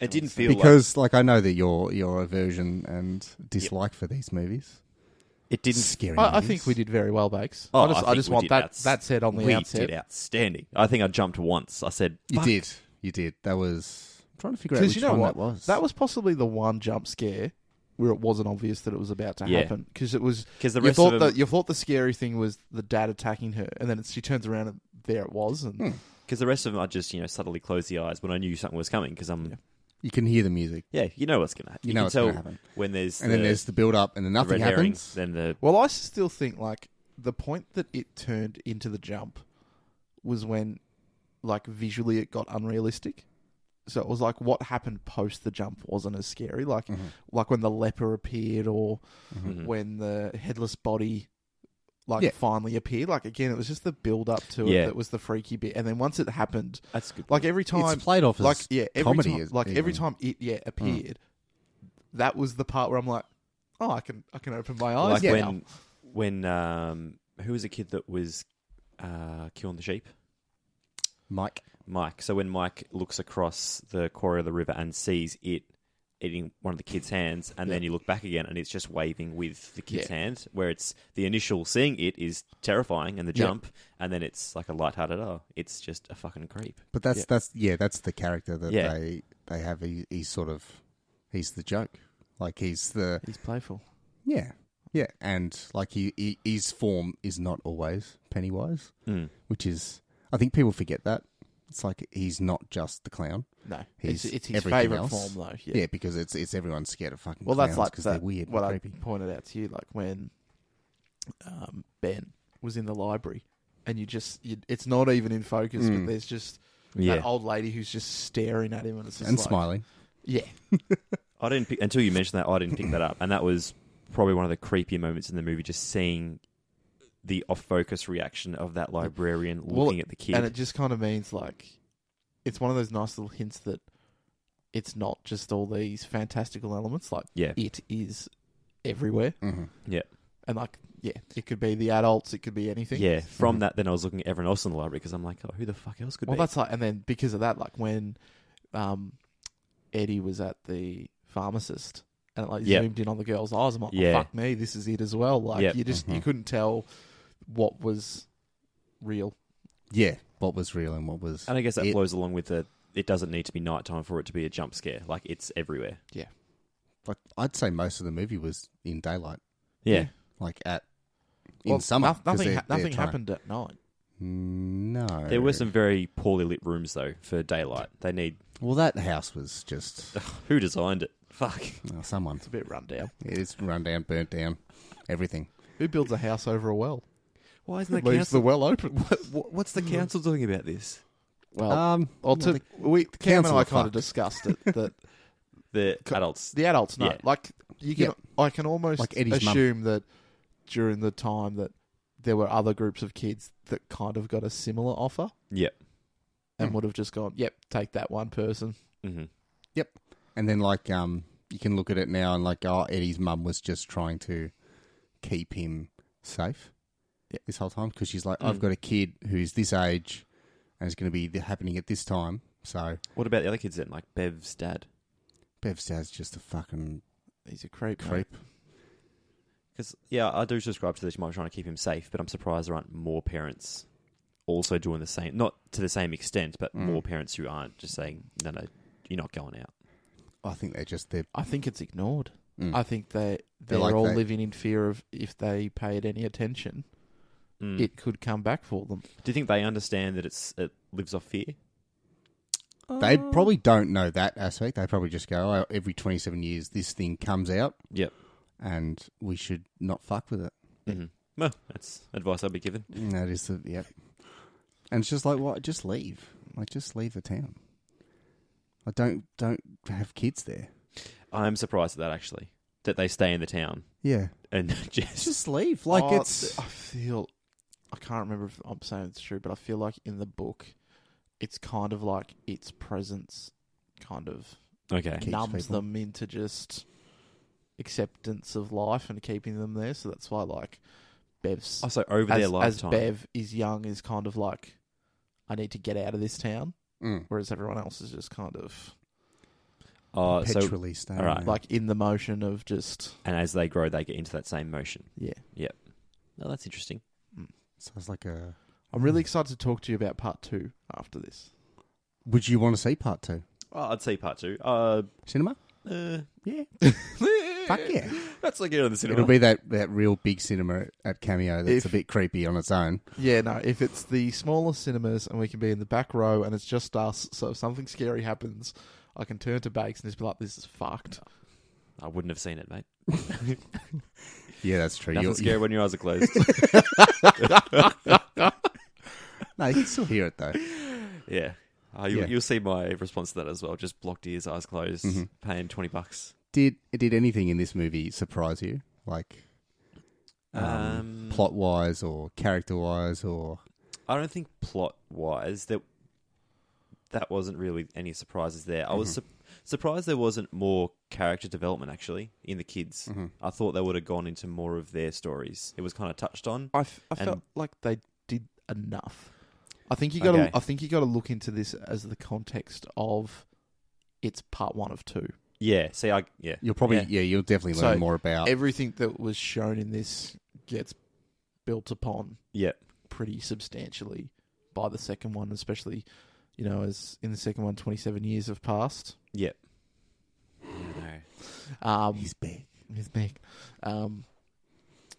[SPEAKER 3] It didn't feel like
[SPEAKER 2] because like I know that your your aversion and dislike for these movies.
[SPEAKER 3] it didn't
[SPEAKER 2] Scary.
[SPEAKER 1] I, I
[SPEAKER 2] movies.
[SPEAKER 1] think we did very well, Bakes.
[SPEAKER 3] Oh,
[SPEAKER 1] I just,
[SPEAKER 3] I
[SPEAKER 1] I
[SPEAKER 3] think
[SPEAKER 1] just
[SPEAKER 3] we
[SPEAKER 1] want
[SPEAKER 3] did
[SPEAKER 1] that,
[SPEAKER 3] outs-
[SPEAKER 1] that said on the
[SPEAKER 3] we
[SPEAKER 1] outset.
[SPEAKER 3] did outstanding. I think I jumped once. I said,
[SPEAKER 2] you
[SPEAKER 3] "Fuck."
[SPEAKER 2] did. You did. That was I'm trying to figure out
[SPEAKER 1] Because
[SPEAKER 2] which
[SPEAKER 1] you know
[SPEAKER 2] one
[SPEAKER 1] what?
[SPEAKER 2] that was.
[SPEAKER 1] That was possibly the one jump scare where it wasn't obvious that it was about to
[SPEAKER 3] Yeah.
[SPEAKER 1] happen. Because it was
[SPEAKER 3] 'Cause the
[SPEAKER 1] you
[SPEAKER 3] rest
[SPEAKER 1] thought
[SPEAKER 3] of
[SPEAKER 1] the,
[SPEAKER 3] them-
[SPEAKER 1] you thought the scary thing was the dad attacking her, and then it's, she turns around and there it was. And
[SPEAKER 3] Hmm. Because the rest of them, I just you know subtly closed the eyes when I knew something was coming. Because I'm
[SPEAKER 2] You can hear the music.
[SPEAKER 3] Yeah, you know what's going to happen.
[SPEAKER 2] You
[SPEAKER 3] You,
[SPEAKER 2] know
[SPEAKER 3] can
[SPEAKER 2] what's
[SPEAKER 3] tell
[SPEAKER 2] gonna happen.
[SPEAKER 3] when there's
[SPEAKER 2] And
[SPEAKER 3] the,
[SPEAKER 2] then there's the build up, and then
[SPEAKER 3] the
[SPEAKER 2] nothing
[SPEAKER 3] red herrings,
[SPEAKER 2] happens.
[SPEAKER 3] then the
[SPEAKER 1] Well, I still think like the point that it turned into the jump was when, like, visually it got unrealistic. So it was like what happened post the jump wasn't as scary. Like,
[SPEAKER 2] Mm-hmm.
[SPEAKER 1] like when the leper appeared, or
[SPEAKER 3] Mhm.
[SPEAKER 1] when the headless body, like,
[SPEAKER 2] Mm. Yeah.
[SPEAKER 1] finally appeared. Like again, it was just the build up to
[SPEAKER 3] Yeah.
[SPEAKER 1] it that was the freaky bit. And then once it happened,
[SPEAKER 3] that's a good.
[SPEAKER 1] like every time
[SPEAKER 2] it's played off as
[SPEAKER 1] like yeah, every
[SPEAKER 2] comedy
[SPEAKER 1] time,
[SPEAKER 2] is
[SPEAKER 1] like every
[SPEAKER 2] even. Mm.
[SPEAKER 1] time it yeah appeared, that was the part where I'm like, oh, I can I can open my eyes
[SPEAKER 3] like
[SPEAKER 1] now.
[SPEAKER 3] when when um who was a kid that was uh killing the sheep
[SPEAKER 2] Mike.
[SPEAKER 3] mike so when mike looks across the quarry of the river and sees it eating one of the kid's hands and then you look back again and it's just waving with the kid's
[SPEAKER 1] Yeah.
[SPEAKER 3] hand where it's the initial seeing it is terrifying and the
[SPEAKER 2] Yeah.
[SPEAKER 3] jump and then it's like a light-hearted oh it's just a fucking creep
[SPEAKER 2] But that's
[SPEAKER 1] Yeah.
[SPEAKER 2] that's yeah, that's the character that
[SPEAKER 3] Yeah.
[SPEAKER 2] they they have. He, he's sort of he's the joke. Like he's the
[SPEAKER 1] He's playful.
[SPEAKER 2] yeah yeah, and like he, he his form is not always Pennywise,
[SPEAKER 3] Mm.
[SPEAKER 2] which is I think people forget that. It's like he's not just the clown.
[SPEAKER 1] No,
[SPEAKER 2] He's
[SPEAKER 1] it's, it's his
[SPEAKER 2] everything
[SPEAKER 1] favorite
[SPEAKER 2] else.
[SPEAKER 1] form though. Yeah.
[SPEAKER 2] Yeah, because it's it's everyone's scared of fucking
[SPEAKER 1] Well, that's like
[SPEAKER 2] because
[SPEAKER 1] that,
[SPEAKER 2] they're weird
[SPEAKER 1] what
[SPEAKER 2] and
[SPEAKER 1] I
[SPEAKER 2] creepy.
[SPEAKER 1] pointed out to you, like when um, Ben was in the library, and you just you, it's not even in focus,
[SPEAKER 2] Mm.
[SPEAKER 1] but there's just
[SPEAKER 3] yeah
[SPEAKER 1] that old lady who's just staring at him, and it's just
[SPEAKER 2] and
[SPEAKER 1] like,
[SPEAKER 2] smiling.
[SPEAKER 1] Yeah,
[SPEAKER 3] I didn't pick, until you mentioned that. I didn't pick that up, and that was probably one of the creepier moments in the movie. Just seeing the off-focus reaction of that librarian
[SPEAKER 1] Well,
[SPEAKER 3] looking at the kid.
[SPEAKER 1] And it just kind of means like it's one of those nice little hints that it's not just all these fantastical elements. Like
[SPEAKER 3] Yeah.
[SPEAKER 1] it is everywhere,
[SPEAKER 2] Mm-hmm.
[SPEAKER 1] and like yeah, it could be the adults, it could be anything.
[SPEAKER 3] yeah, from
[SPEAKER 2] Mhm.
[SPEAKER 3] that, then I was looking at everyone else in the library because I'm like, oh, who the fuck else could
[SPEAKER 1] Mm-hmm. Well,
[SPEAKER 3] be?
[SPEAKER 1] that's like, and then because of that, like when um, Eddie was at the pharmacist and it like
[SPEAKER 3] Yeah.
[SPEAKER 1] zoomed in on the girl's eyes, I'm like, "Oh,
[SPEAKER 3] Yeah.
[SPEAKER 1] fuck me, this is it as well. Like
[SPEAKER 3] Yeah.
[SPEAKER 1] you just you Mm-hmm.
[SPEAKER 2] Mhm.
[SPEAKER 1] couldn't tell what was real.
[SPEAKER 2] Yeah, what was real and what was
[SPEAKER 3] and I guess that
[SPEAKER 2] it-
[SPEAKER 3] flows along with the. It doesn't need to be nighttime for it to be a jump scare. Like it's everywhere.
[SPEAKER 2] like I'd say most of the movie was in daylight,
[SPEAKER 3] Yeah,
[SPEAKER 1] Yeah.
[SPEAKER 2] like at in
[SPEAKER 1] Well,
[SPEAKER 2] summer.
[SPEAKER 1] noth-
[SPEAKER 2] 'cause
[SPEAKER 1] nothing
[SPEAKER 2] they're-
[SPEAKER 1] ha-
[SPEAKER 2] they're
[SPEAKER 1] nothing
[SPEAKER 2] trying- Mm,
[SPEAKER 1] happened at night.
[SPEAKER 2] No,
[SPEAKER 3] there were some very poorly lit rooms though for daylight. They need
[SPEAKER 2] Well, that house
[SPEAKER 1] <laughs>
[SPEAKER 2] was just
[SPEAKER 3] who designed it? Fuck. <laughs>
[SPEAKER 2] oh, someone.
[SPEAKER 1] It's a bit run down.
[SPEAKER 2] It's run down, burnt down, everything.
[SPEAKER 1] Who builds a house over a well?
[SPEAKER 3] Why isn't
[SPEAKER 1] Leaves
[SPEAKER 3] the council?
[SPEAKER 1] the Mm-hmm. well open. <laughs>
[SPEAKER 3] what's the council doing about this?
[SPEAKER 1] Well,
[SPEAKER 2] um,
[SPEAKER 1] well,
[SPEAKER 2] well,
[SPEAKER 1] to,
[SPEAKER 2] the-
[SPEAKER 1] we Cam and
[SPEAKER 2] council
[SPEAKER 1] I
[SPEAKER 2] are
[SPEAKER 1] kind of
[SPEAKER 2] fucked.
[SPEAKER 1] discussed
[SPEAKER 2] <laughs>
[SPEAKER 1] it that
[SPEAKER 3] The
[SPEAKER 1] Co-
[SPEAKER 3] adults.
[SPEAKER 1] the adults know.
[SPEAKER 3] Yeah.
[SPEAKER 1] Like you can, I can almost
[SPEAKER 2] Like Eddie's mum.
[SPEAKER 1] assume that during the time that there were other groups of kids that kind of got a similar offer
[SPEAKER 3] Yep.
[SPEAKER 1] and
[SPEAKER 2] Hmm.
[SPEAKER 1] would have just gone, "Yep, take that one person."
[SPEAKER 3] Mm-hmm.
[SPEAKER 2] and then like um, you can look at it now and like, oh, Eddie's mum was just trying to keep him safe
[SPEAKER 1] Yeah.
[SPEAKER 2] this whole time because she's like,
[SPEAKER 3] Mm.
[SPEAKER 2] I've got a kid who's this age and it's going to be th- happening at this time. So
[SPEAKER 3] What about the other kids then? Like Bev's dad.
[SPEAKER 2] Bev Dad's just a fucking
[SPEAKER 1] He's a creep. mate.
[SPEAKER 2] creep.
[SPEAKER 3] Because yeah, I do subscribe to this. You might be trying to keep him safe, but I'm surprised there aren't more parents also doing the same. Not to the same extent, but
[SPEAKER 2] Mm.
[SPEAKER 3] more parents who aren't just saying, "No, no, you're not going out."
[SPEAKER 2] I think they're just they're.
[SPEAKER 1] I think it's ignored.
[SPEAKER 2] Mm.
[SPEAKER 1] I think they they're,
[SPEAKER 2] They're like
[SPEAKER 1] all
[SPEAKER 2] that.
[SPEAKER 1] living in fear of if they paid any attention,
[SPEAKER 2] Hmm.
[SPEAKER 3] Mm.
[SPEAKER 1] it could come back for them.
[SPEAKER 3] do you think they understand that it's it lives off fear?
[SPEAKER 2] They probably don't know that aspect. They probably just go, oh, every 27 years, this thing comes out.
[SPEAKER 3] Yep.
[SPEAKER 2] And we should not fuck with it. Mm,
[SPEAKER 3] Mm-hmm. Well, that's advice I'd be given.
[SPEAKER 2] That is the, yep. And it's just like, what? Just leave. Like, just leave the town. Like, don't, don't have kids there.
[SPEAKER 3] I'm surprised at that actually, that they stay in the town
[SPEAKER 2] Yeah.
[SPEAKER 3] and <laughs> just,
[SPEAKER 2] Just leave. Like,
[SPEAKER 1] Oh,
[SPEAKER 2] it's.
[SPEAKER 1] I feel. I can't remember if I'm saying it's true, but I feel like in the book, it's kind of like its presence kind of
[SPEAKER 3] okay.
[SPEAKER 2] Keeps
[SPEAKER 1] numbs
[SPEAKER 2] people.
[SPEAKER 1] them into just acceptance of life and keeping them there. So that's why, like, Bev's.
[SPEAKER 3] Oh, so over their
[SPEAKER 1] As, as
[SPEAKER 3] lifetime,
[SPEAKER 1] Bev is young, is kind of like, I need to get out of this town.
[SPEAKER 2] <sniffs> Mm.
[SPEAKER 1] Whereas everyone else is just kind of
[SPEAKER 3] Oh, so
[SPEAKER 2] perpetually staying
[SPEAKER 3] all right.
[SPEAKER 2] there.
[SPEAKER 1] like in the motion of just,
[SPEAKER 3] and as they grow, they get into that same motion.
[SPEAKER 1] yeah.
[SPEAKER 3] Oh, that's interesting.
[SPEAKER 2] Sounds like a.
[SPEAKER 1] I'm really
[SPEAKER 2] Hmm.
[SPEAKER 1] excited to talk to you about part two after this.
[SPEAKER 2] Would you want to see part two?
[SPEAKER 3] Oh, I'd say part two. Uh,
[SPEAKER 2] Cinema?
[SPEAKER 3] uh,
[SPEAKER 2] <laughs>
[SPEAKER 3] <laughs>
[SPEAKER 2] Yeah. Fuck
[SPEAKER 3] Fuck
[SPEAKER 2] yeah.
[SPEAKER 3] That's like it on the cinema.
[SPEAKER 2] It'll be that, that real big cinema at Cameo
[SPEAKER 1] If-
[SPEAKER 2] that's a bit creepy on its own.
[SPEAKER 1] Yeah, no, if it's the smaller cinemas and we can be in the back row and it's just us, so if something scary happens, I can turn to Bakes and just be like, "This is fucked."
[SPEAKER 3] I wouldn't have seen it, mate.
[SPEAKER 2] Yeah, that's true.
[SPEAKER 3] Nothing
[SPEAKER 2] You're-
[SPEAKER 3] scary when your eyes are
[SPEAKER 2] <laughs>
[SPEAKER 3] closed.
[SPEAKER 2] No, you can still hear it though.
[SPEAKER 3] yeah. Uh, you,
[SPEAKER 2] Yeah. Mm-hmm.
[SPEAKER 3] You'll see my response to that as well. Just blocked ears, eyes closed, paying 20 bucks.
[SPEAKER 2] Did did anything in this movie surprise you, like um,
[SPEAKER 3] Um,
[SPEAKER 2] plot wise or character wise or
[SPEAKER 3] I don't think plot wise that that wasn't really any surprises there. I
[SPEAKER 2] Mm-hmm.
[SPEAKER 3] was su- surprised there wasn't more character development actually in the kids.
[SPEAKER 2] Mm. mm-hmm.
[SPEAKER 3] I thought they would have gone into more of their stories. It was kind of touched on.
[SPEAKER 1] I, f- I
[SPEAKER 3] And-
[SPEAKER 1] felt like they did enough. I think you got to.
[SPEAKER 3] Okay.
[SPEAKER 1] I think you got to look into this as the context of it's part one of two.
[SPEAKER 3] Yeah. See, I yeah.
[SPEAKER 2] you'll probably yeah,
[SPEAKER 3] Yeah.
[SPEAKER 2] you'll definitely learn
[SPEAKER 1] So,
[SPEAKER 2] more about
[SPEAKER 1] Everything that was shown in this gets built upon
[SPEAKER 3] Yeah.
[SPEAKER 1] pretty substantially by the second one, especially you know as in the second one, twenty seven years have passed.
[SPEAKER 3] Yeah. I know.
[SPEAKER 1] Um,
[SPEAKER 2] his back.
[SPEAKER 1] with Meg. Um,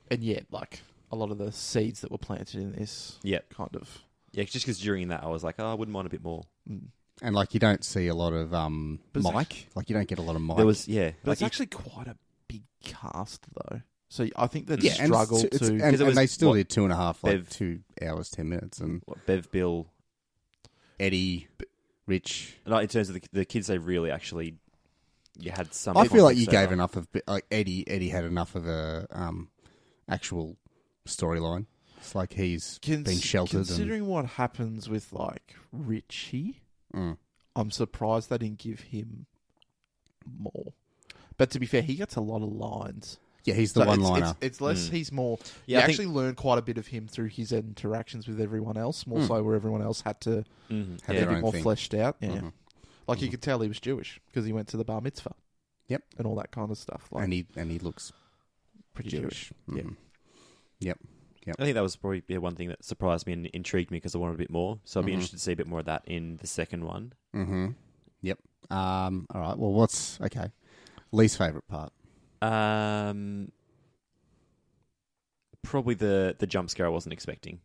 [SPEAKER 1] and yet, like a lot of the seeds that were planted in this,
[SPEAKER 3] Yep.
[SPEAKER 1] kind of.
[SPEAKER 3] Yeah, just because during that I was like, oh, I wouldn't mind a bit more.
[SPEAKER 1] Mm.
[SPEAKER 2] And like you don't see a lot of um
[SPEAKER 1] But it's
[SPEAKER 2] Mike, like you don't get a lot of Mike.
[SPEAKER 3] There was yeah,
[SPEAKER 1] But it's
[SPEAKER 3] like,
[SPEAKER 1] actually quite a big cast, though. So I think that
[SPEAKER 3] Yeah,
[SPEAKER 2] and it's
[SPEAKER 1] struggle
[SPEAKER 2] two- it's-
[SPEAKER 1] to.
[SPEAKER 2] and,
[SPEAKER 3] it
[SPEAKER 2] and
[SPEAKER 3] was,
[SPEAKER 2] they still
[SPEAKER 3] what,
[SPEAKER 2] did two and a half, like
[SPEAKER 3] Bev-
[SPEAKER 2] two hours ten minutes, and
[SPEAKER 3] what, Bev, Bill,
[SPEAKER 2] Eddie, Rich.
[SPEAKER 3] like, in terms of the, the kids, they really actually you had some.
[SPEAKER 2] I feel like you
[SPEAKER 3] context there.
[SPEAKER 2] gave enough of like Eddie. Eddie had enough of a um actual storyline. It's like he's
[SPEAKER 1] Cons-
[SPEAKER 2] been sheltered. and,
[SPEAKER 1] considering what happens with like Richie,
[SPEAKER 2] Mm.
[SPEAKER 1] I'm surprised they didn't give him more. But to be fair, he gets a lot of lines.
[SPEAKER 2] yeah, he's the
[SPEAKER 1] So it's-
[SPEAKER 2] one liner.
[SPEAKER 1] It's, it's less. He's more. you
[SPEAKER 3] Yeah, I think-
[SPEAKER 1] actually learn quite a bit of him through his interactions with everyone else. More so, where everyone else had to
[SPEAKER 3] Mhm,
[SPEAKER 2] Had
[SPEAKER 3] yeah.
[SPEAKER 1] a
[SPEAKER 2] Hmm. their
[SPEAKER 1] bit
[SPEAKER 2] own
[SPEAKER 1] more
[SPEAKER 2] thing.
[SPEAKER 1] fleshed out. Yeah,
[SPEAKER 2] Mhm.
[SPEAKER 1] like you could tell he was Jewish because he went to the bar mitzvah.
[SPEAKER 2] Yep.
[SPEAKER 1] and all that kind of stuff. Like
[SPEAKER 2] and he and he looks
[SPEAKER 1] pretty
[SPEAKER 2] Jewish.
[SPEAKER 1] Yeah.
[SPEAKER 2] Mhm.
[SPEAKER 3] I think that was probably yeah, one thing that surprised me and intrigued me because I wanted a bit more. So I'd be
[SPEAKER 2] Mhm.
[SPEAKER 3] interested to see a bit more of that in the second one.
[SPEAKER 2] Mm-hmm. Yep. Um. All right. Well, what's okay? Least favorite part.
[SPEAKER 3] Um, probably the the jump scare I wasn't expecting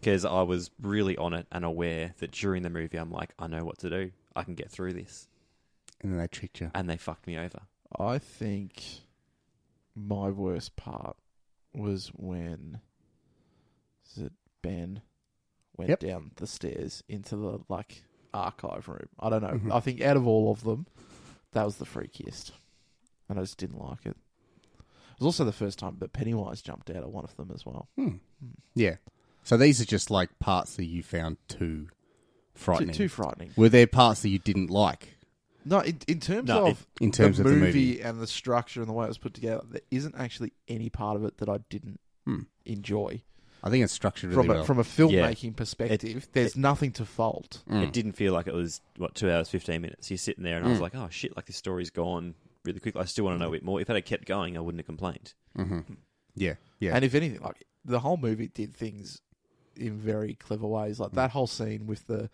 [SPEAKER 3] because I was really on it and aware that during the movie I'm like, I know what to do. I can get through this,
[SPEAKER 2] And then they tricked you.
[SPEAKER 3] and they fucked me over.
[SPEAKER 1] I think my worst part was when is it Ben went
[SPEAKER 2] Yep.
[SPEAKER 1] down the stairs into the like archive room. I don't know.
[SPEAKER 2] Mhm.
[SPEAKER 1] I think out of all of them, that was the freakiest, and I just didn't like it. It was also the first time that Pennywise jumped out of one of them as well.
[SPEAKER 2] Hmm. Yeah. So these are just like parts that you found too
[SPEAKER 1] Too,
[SPEAKER 2] frightening.
[SPEAKER 1] too frightening.
[SPEAKER 2] Were there parts that you didn't like
[SPEAKER 1] No, in, in terms
[SPEAKER 3] No,
[SPEAKER 1] of
[SPEAKER 2] in terms
[SPEAKER 1] the
[SPEAKER 2] of the
[SPEAKER 1] movie,
[SPEAKER 2] movie?
[SPEAKER 1] and the structure and the way it was put together, there isn't actually any part of it that I didn't
[SPEAKER 2] Hmm.
[SPEAKER 1] enjoy.
[SPEAKER 2] I think it's structured really
[SPEAKER 1] from
[SPEAKER 2] well.
[SPEAKER 1] a, from a filmmaking perspective, there's nothing to fault.
[SPEAKER 2] Mm.
[SPEAKER 3] It didn't feel like it was what two hours fifteen minutes. You're sitting there, and I was
[SPEAKER 2] Mm.
[SPEAKER 3] like, oh shit, like this story's gone really quickly. I still want to know a bit more. If that had kept going, I wouldn't have complained.
[SPEAKER 2] Mhm. Yeah. Yeah.
[SPEAKER 1] And if anything, like the whole movie did things in very clever ways.
[SPEAKER 2] Mm.
[SPEAKER 1] Like that whole scene with the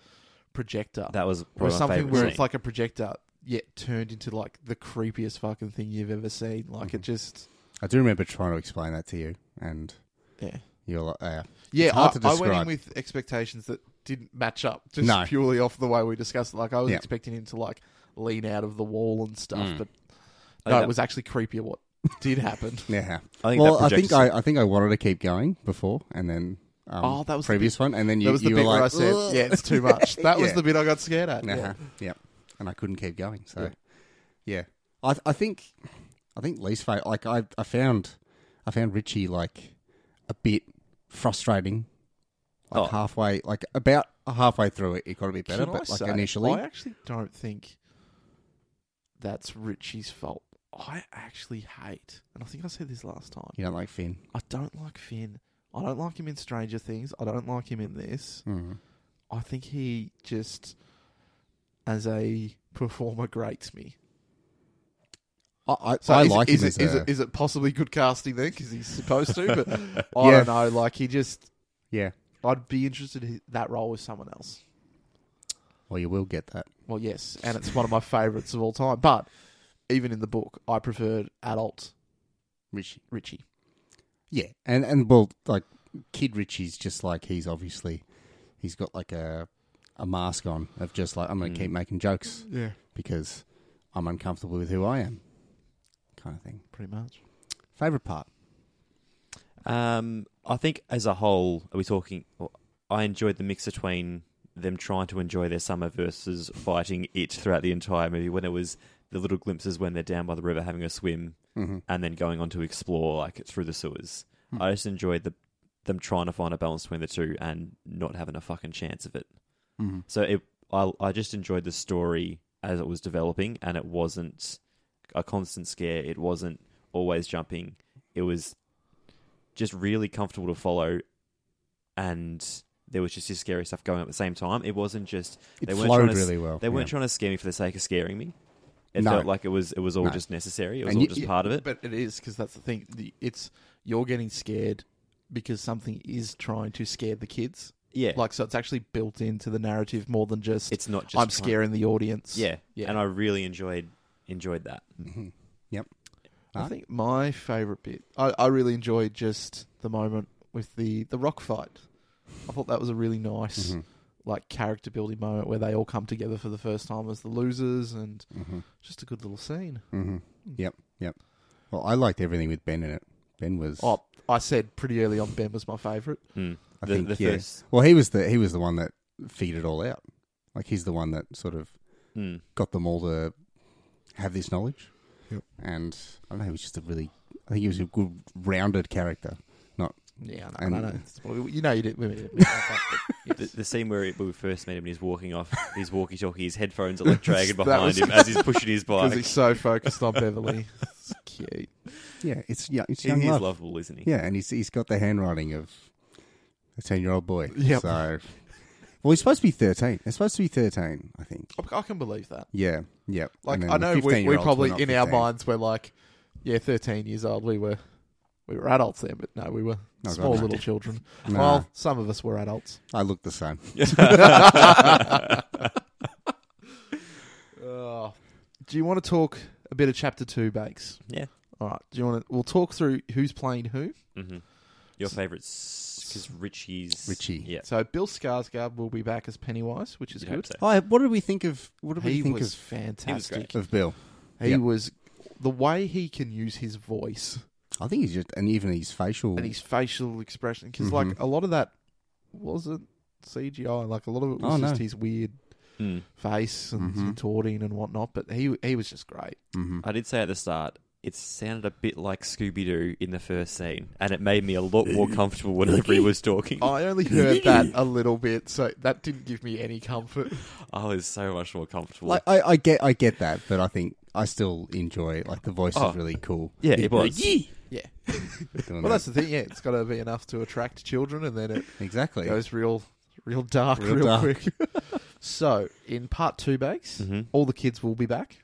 [SPEAKER 1] projector,
[SPEAKER 3] That was probably
[SPEAKER 1] or
[SPEAKER 3] my
[SPEAKER 1] something
[SPEAKER 3] favorite
[SPEAKER 1] where
[SPEAKER 3] scene.
[SPEAKER 1] it's like a projector yet turned into like the creepiest fucking thing you've ever seen. Like
[SPEAKER 2] Mm-hmm.
[SPEAKER 1] it just,
[SPEAKER 2] I do remember trying to explain that to you, and
[SPEAKER 1] yeah,
[SPEAKER 2] you're like, uh,
[SPEAKER 1] yeah. I,
[SPEAKER 2] hard to
[SPEAKER 1] I went in
[SPEAKER 2] describe.
[SPEAKER 1] with expectations that didn't match up, just
[SPEAKER 2] No.
[SPEAKER 1] purely off the way we discussed. it. Like I was
[SPEAKER 2] Yeah.
[SPEAKER 1] expecting him to like lean out of the wall and stuff,
[SPEAKER 2] Mm.
[SPEAKER 1] but
[SPEAKER 3] I
[SPEAKER 1] no,
[SPEAKER 3] think
[SPEAKER 1] it was actually creepier what did happen.
[SPEAKER 2] yeah.
[SPEAKER 3] that- I think
[SPEAKER 2] well,
[SPEAKER 3] that
[SPEAKER 2] I think
[SPEAKER 3] projects-
[SPEAKER 2] I, I think I wanted to keep going before, and then um,
[SPEAKER 1] Oh, that was the
[SPEAKER 2] previous one, and then you,
[SPEAKER 1] that was the
[SPEAKER 2] you
[SPEAKER 1] bit
[SPEAKER 2] were
[SPEAKER 1] where I
[SPEAKER 2] like,
[SPEAKER 1] said,
[SPEAKER 2] "Ugh."
[SPEAKER 1] "Yeah, it's too much." That was
[SPEAKER 2] <laughs> Yeah.
[SPEAKER 1] the bit I got scared at.
[SPEAKER 2] Uh-huh.
[SPEAKER 1] Yeah.
[SPEAKER 2] Yep. And I couldn't keep going. So,
[SPEAKER 1] Yeah.
[SPEAKER 2] yeah, I I think I think least favorite. Like I I found I found Richie like a bit frustrating. Like
[SPEAKER 3] Oh.
[SPEAKER 2] halfway, like about halfway through it, it got a bit better.
[SPEAKER 1] Can
[SPEAKER 2] but
[SPEAKER 1] I
[SPEAKER 2] like
[SPEAKER 1] say,
[SPEAKER 2] initially,
[SPEAKER 1] I actually don't think that's Richie's fault. I actually hate, and I think I said this last time.
[SPEAKER 2] you don't like Finn.
[SPEAKER 1] I don't like Finn. I don't like him in Stranger Things. I don't like him in this.
[SPEAKER 2] Mm.
[SPEAKER 1] I think he just, as a performer, grates me.
[SPEAKER 2] I I, I
[SPEAKER 1] is,
[SPEAKER 2] like
[SPEAKER 1] is
[SPEAKER 2] him
[SPEAKER 1] it,
[SPEAKER 2] as
[SPEAKER 1] is
[SPEAKER 2] a-
[SPEAKER 1] it is it possibly good casting then because he's supposed to?
[SPEAKER 2] <laughs>
[SPEAKER 1] But I
[SPEAKER 2] Yeah.
[SPEAKER 1] don't know. Like he just,
[SPEAKER 2] yeah.
[SPEAKER 1] I'd be interested in that role with someone else.
[SPEAKER 2] Well, you will get that.
[SPEAKER 1] Well, yes, and it's one of my favourites of all time. But even in the book, I preferred adult
[SPEAKER 2] Richie.
[SPEAKER 1] Richie.
[SPEAKER 2] Yeah, and and well, like Kid Richie's just like he's
[SPEAKER 3] Mm.
[SPEAKER 2] obviously he's got like a a mask on of just like I'm going to keep making jokes.
[SPEAKER 1] Yeah,
[SPEAKER 2] because I'm uncomfortable with who I am, kind of thing.
[SPEAKER 1] pretty much.
[SPEAKER 2] Favorite part?
[SPEAKER 3] Um, I think as a whole, are we talking? well, I enjoyed the mix between them trying to enjoy their summer versus fighting it throughout the entire movie. When it was the little glimpses when they're down by the river having a swim, and then going on to explore like through the sewers. I just enjoyed the them trying to find a balance between the two and not having a fucking chance of it.
[SPEAKER 2] Mm-hmm.
[SPEAKER 3] So it, I, I just enjoyed the story as it was developing, and it wasn't a constant scare. It wasn't always jumping. It was just really comfortable to follow, and there was just this scary stuff going on at the same time. It wasn't just
[SPEAKER 2] It
[SPEAKER 3] they weren't
[SPEAKER 2] flowed
[SPEAKER 3] trying to,
[SPEAKER 2] really well.
[SPEAKER 3] They weren't
[SPEAKER 2] yeah.
[SPEAKER 3] trying to scare me for the sake of scaring me. It
[SPEAKER 2] No.
[SPEAKER 3] felt like it was it was all
[SPEAKER 2] No.
[SPEAKER 3] just necessary. It was
[SPEAKER 2] And
[SPEAKER 3] all
[SPEAKER 2] you-
[SPEAKER 3] just
[SPEAKER 2] you-
[SPEAKER 3] part of it.
[SPEAKER 1] But it is because that's the thing. The, it's you're getting scared because something is trying to scare the kids.
[SPEAKER 3] yeah,
[SPEAKER 1] Like so, it's actually built into the narrative more than just,
[SPEAKER 3] it's not just
[SPEAKER 1] I'm
[SPEAKER 3] trying-
[SPEAKER 1] scaring the audience.
[SPEAKER 3] Yeah,
[SPEAKER 1] Yeah.
[SPEAKER 3] and I really enjoyed enjoyed that.
[SPEAKER 2] Mhm. Yep.
[SPEAKER 1] I
[SPEAKER 2] Mark?
[SPEAKER 1] think my favourite bit. I, I really enjoyed just the moment with the the rock fight. I thought that was a really nice
[SPEAKER 3] Mm-hmm.
[SPEAKER 2] Mhm.
[SPEAKER 1] like character building moment where they all come together for the first time as the losers and
[SPEAKER 2] Mhm.
[SPEAKER 1] just a good little scene.
[SPEAKER 3] Mm-hmm.
[SPEAKER 2] hmm Yep, yep. Well, I liked everything with Ben in it. Ben was.
[SPEAKER 1] Oh, I said pretty early on Ben was my favourite.
[SPEAKER 3] Mm.
[SPEAKER 2] I
[SPEAKER 3] the,
[SPEAKER 2] think,
[SPEAKER 3] the
[SPEAKER 2] yeah.
[SPEAKER 3] first.
[SPEAKER 2] Well, he was the he was the one that figured it all out. Like he's the one that sort of
[SPEAKER 3] Mm.
[SPEAKER 2] got them all to have this knowledge.
[SPEAKER 1] Yep.
[SPEAKER 2] And I don't know, he was just a really. I think he was a good rounded character.
[SPEAKER 1] Yeah, I
[SPEAKER 2] And-
[SPEAKER 1] know. I know. It's- well, you know you did. Women didn't
[SPEAKER 3] The, the scene where he- where we first meet him and he's walking off, his walkie talkie, his headphones are like
[SPEAKER 1] <laughs>
[SPEAKER 3] dragging
[SPEAKER 1] That
[SPEAKER 3] behind
[SPEAKER 1] was-
[SPEAKER 3] him as he's
[SPEAKER 1] <laughs>
[SPEAKER 3] pushing
[SPEAKER 1] <laughs>
[SPEAKER 3] his
[SPEAKER 1] because
[SPEAKER 3] bike.
[SPEAKER 1] he's so focused on Beverly. <laughs> It's cute.
[SPEAKER 2] Yeah, it's yeah, it's
[SPEAKER 3] He-
[SPEAKER 2] young
[SPEAKER 3] he's
[SPEAKER 2] love.
[SPEAKER 3] lovable, isn't he?
[SPEAKER 2] Yeah, and he's he's got the handwriting of a ten year old boy.
[SPEAKER 1] Yep.
[SPEAKER 2] So, well, he's supposed to be thirteen. They're supposed to be thirteen, I think.
[SPEAKER 1] I, I can believe that.
[SPEAKER 2] Yeah, yeah.
[SPEAKER 1] Like
[SPEAKER 2] And then
[SPEAKER 1] I
[SPEAKER 2] the
[SPEAKER 1] know we, we
[SPEAKER 2] 15-year-olds were
[SPEAKER 1] probably in
[SPEAKER 2] not
[SPEAKER 1] our
[SPEAKER 2] 15.
[SPEAKER 1] minds we're like, yeah, thirteen years old. We were we were adults then, but no, we were
[SPEAKER 2] No, God,
[SPEAKER 1] small
[SPEAKER 2] no.
[SPEAKER 1] little children.
[SPEAKER 2] No,
[SPEAKER 1] Well, some of us were adults.
[SPEAKER 2] I look the same.
[SPEAKER 1] Oh. Do you want to talk a bit of chapter two, Bakes?
[SPEAKER 3] Yeah.
[SPEAKER 1] All right. Do you want to? We'll talk through who's playing who.
[SPEAKER 3] hmm Your favourite, because Richie's
[SPEAKER 2] Richie.
[SPEAKER 3] Yeah,
[SPEAKER 1] So Bill Skarsgård will be back as Pennywise, which is
[SPEAKER 3] you'd
[SPEAKER 1] good.
[SPEAKER 3] hope so.
[SPEAKER 2] Oh, what did we think of? What did
[SPEAKER 1] He
[SPEAKER 2] we think
[SPEAKER 1] was
[SPEAKER 2] of?
[SPEAKER 1] fantastic.
[SPEAKER 3] great.
[SPEAKER 1] He, was,
[SPEAKER 2] Of Bill,
[SPEAKER 1] he
[SPEAKER 2] Yep.
[SPEAKER 1] was the way he can use his voice
[SPEAKER 2] I think he's just, and even his facial.
[SPEAKER 1] and his facial expression, because
[SPEAKER 2] Mhm.
[SPEAKER 1] like a lot of that wasn't CGI. Like a lot of it was
[SPEAKER 2] Oh, no.
[SPEAKER 1] just his weird
[SPEAKER 3] Mm.
[SPEAKER 1] face and
[SPEAKER 2] Mhm.
[SPEAKER 1] contorting and whatnot. But he he was just great.
[SPEAKER 2] Mhm.
[SPEAKER 3] I did say at the start, it sounded a bit like Scooby Doo in the first scene, and it made me a lot
[SPEAKER 1] <laughs>
[SPEAKER 3] more comfortable whenever he was talking.
[SPEAKER 1] I only heard that a little bit, so that didn't give me any
[SPEAKER 2] <laughs>
[SPEAKER 1] comfort.
[SPEAKER 3] <laughs> I was so much more comfortable.
[SPEAKER 2] Like I, I get, I get that, but I think I still enjoy it. Like the voice
[SPEAKER 3] Oh.
[SPEAKER 2] is really cool.
[SPEAKER 3] yeah, it was.
[SPEAKER 1] Yeah.
[SPEAKER 2] <laughs>
[SPEAKER 1] Well,
[SPEAKER 2] Doing that.
[SPEAKER 1] that's the thing. Yeah, it's got to be enough to attract children, and then it
[SPEAKER 2] exactly.
[SPEAKER 1] goes real, real dark,
[SPEAKER 2] Real
[SPEAKER 1] real,
[SPEAKER 2] dark.
[SPEAKER 1] quick. <laughs> so, in part two, Bakes,
[SPEAKER 3] Mhm.
[SPEAKER 1] all the kids will be back,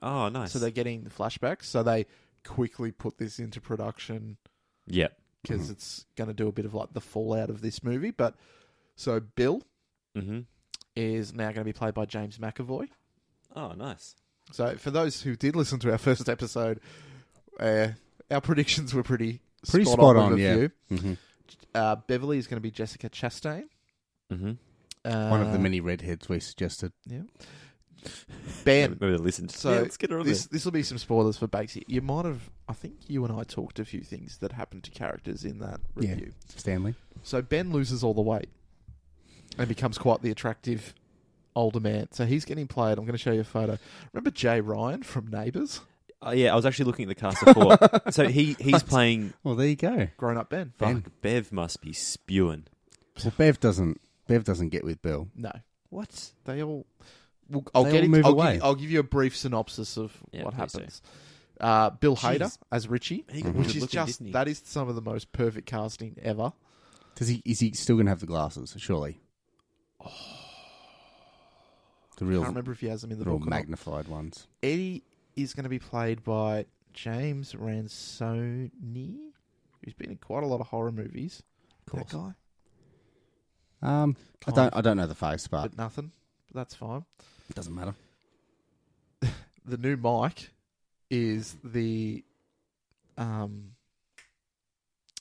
[SPEAKER 3] Oh, nice.
[SPEAKER 1] so they're getting the flashbacks. So they quickly put this into production
[SPEAKER 3] yeah.
[SPEAKER 1] because
[SPEAKER 2] Mm-hmm.
[SPEAKER 1] it's going to do a bit of like the fallout of this movie. But so Bill
[SPEAKER 3] hmm
[SPEAKER 1] is now going to be played by James McAvoy.
[SPEAKER 3] Oh, nice.
[SPEAKER 1] So, for those who did listen to our <laughs> first episode, uh, our predictions were pretty
[SPEAKER 2] Pretty
[SPEAKER 1] spot,
[SPEAKER 2] spot
[SPEAKER 1] on.
[SPEAKER 2] on,
[SPEAKER 1] with a
[SPEAKER 2] yeah.
[SPEAKER 1] few.
[SPEAKER 2] hmm
[SPEAKER 1] Uh, Beverly is going to be Jessica Chastain.
[SPEAKER 3] Mm-hmm.
[SPEAKER 1] Uh,
[SPEAKER 2] One of the many redheads we suggested.
[SPEAKER 1] Ben.
[SPEAKER 3] Maybe they listened.
[SPEAKER 1] So
[SPEAKER 3] yeah, let's get her on
[SPEAKER 1] This this will be some spoilers for Bakesy. You might have, I think you and I talked a few things that happened to characters in that
[SPEAKER 2] Yeah.
[SPEAKER 1] review.
[SPEAKER 2] Stanley.
[SPEAKER 1] So Ben loses all the weight and becomes quite the attractive older man. So he's getting played. I'm going to show you a photo. Remember Jay Ryan from Neighbours,
[SPEAKER 3] Uh, yeah, I was actually looking at the cast <laughs> before. so he he's playing.
[SPEAKER 2] Well, there you go.
[SPEAKER 1] grown up Ben?
[SPEAKER 2] Ben.
[SPEAKER 3] Fuck, Bev must be spewing.
[SPEAKER 2] Well, Bev doesn't. Bev doesn't get with Bill.
[SPEAKER 1] No,
[SPEAKER 3] What?
[SPEAKER 1] they all. Well, I'll
[SPEAKER 2] They
[SPEAKER 1] get
[SPEAKER 2] all
[SPEAKER 1] into-
[SPEAKER 2] move
[SPEAKER 1] I'll
[SPEAKER 2] away.
[SPEAKER 1] Give you, I'll give you a brief synopsis of
[SPEAKER 3] Yeah,
[SPEAKER 1] what
[SPEAKER 3] please do.
[SPEAKER 1] happens. Uh, Bill Hader
[SPEAKER 3] Jeez.
[SPEAKER 1] as Richie,
[SPEAKER 3] He got
[SPEAKER 2] Mhm.
[SPEAKER 3] good
[SPEAKER 1] which is
[SPEAKER 3] looking,
[SPEAKER 1] just
[SPEAKER 3] didn't he?
[SPEAKER 1] that is some of the most perfect casting ever.
[SPEAKER 2] Does he? Is he still going to have the glasses? Surely. The
[SPEAKER 1] I
[SPEAKER 2] real,
[SPEAKER 1] can't remember if he has them in the
[SPEAKER 2] real
[SPEAKER 1] book. or not.
[SPEAKER 2] magnified ones.
[SPEAKER 1] Eddie is going to be played by James Ransoni, who's been in quite a lot of horror movies.
[SPEAKER 2] Of course.
[SPEAKER 1] That guy,
[SPEAKER 2] Um, I
[SPEAKER 1] Kind
[SPEAKER 2] don't.
[SPEAKER 1] of.
[SPEAKER 2] I don't know the face, but
[SPEAKER 1] but nothing. But that's fine.
[SPEAKER 2] it doesn't matter.
[SPEAKER 1] The new Mike is the um,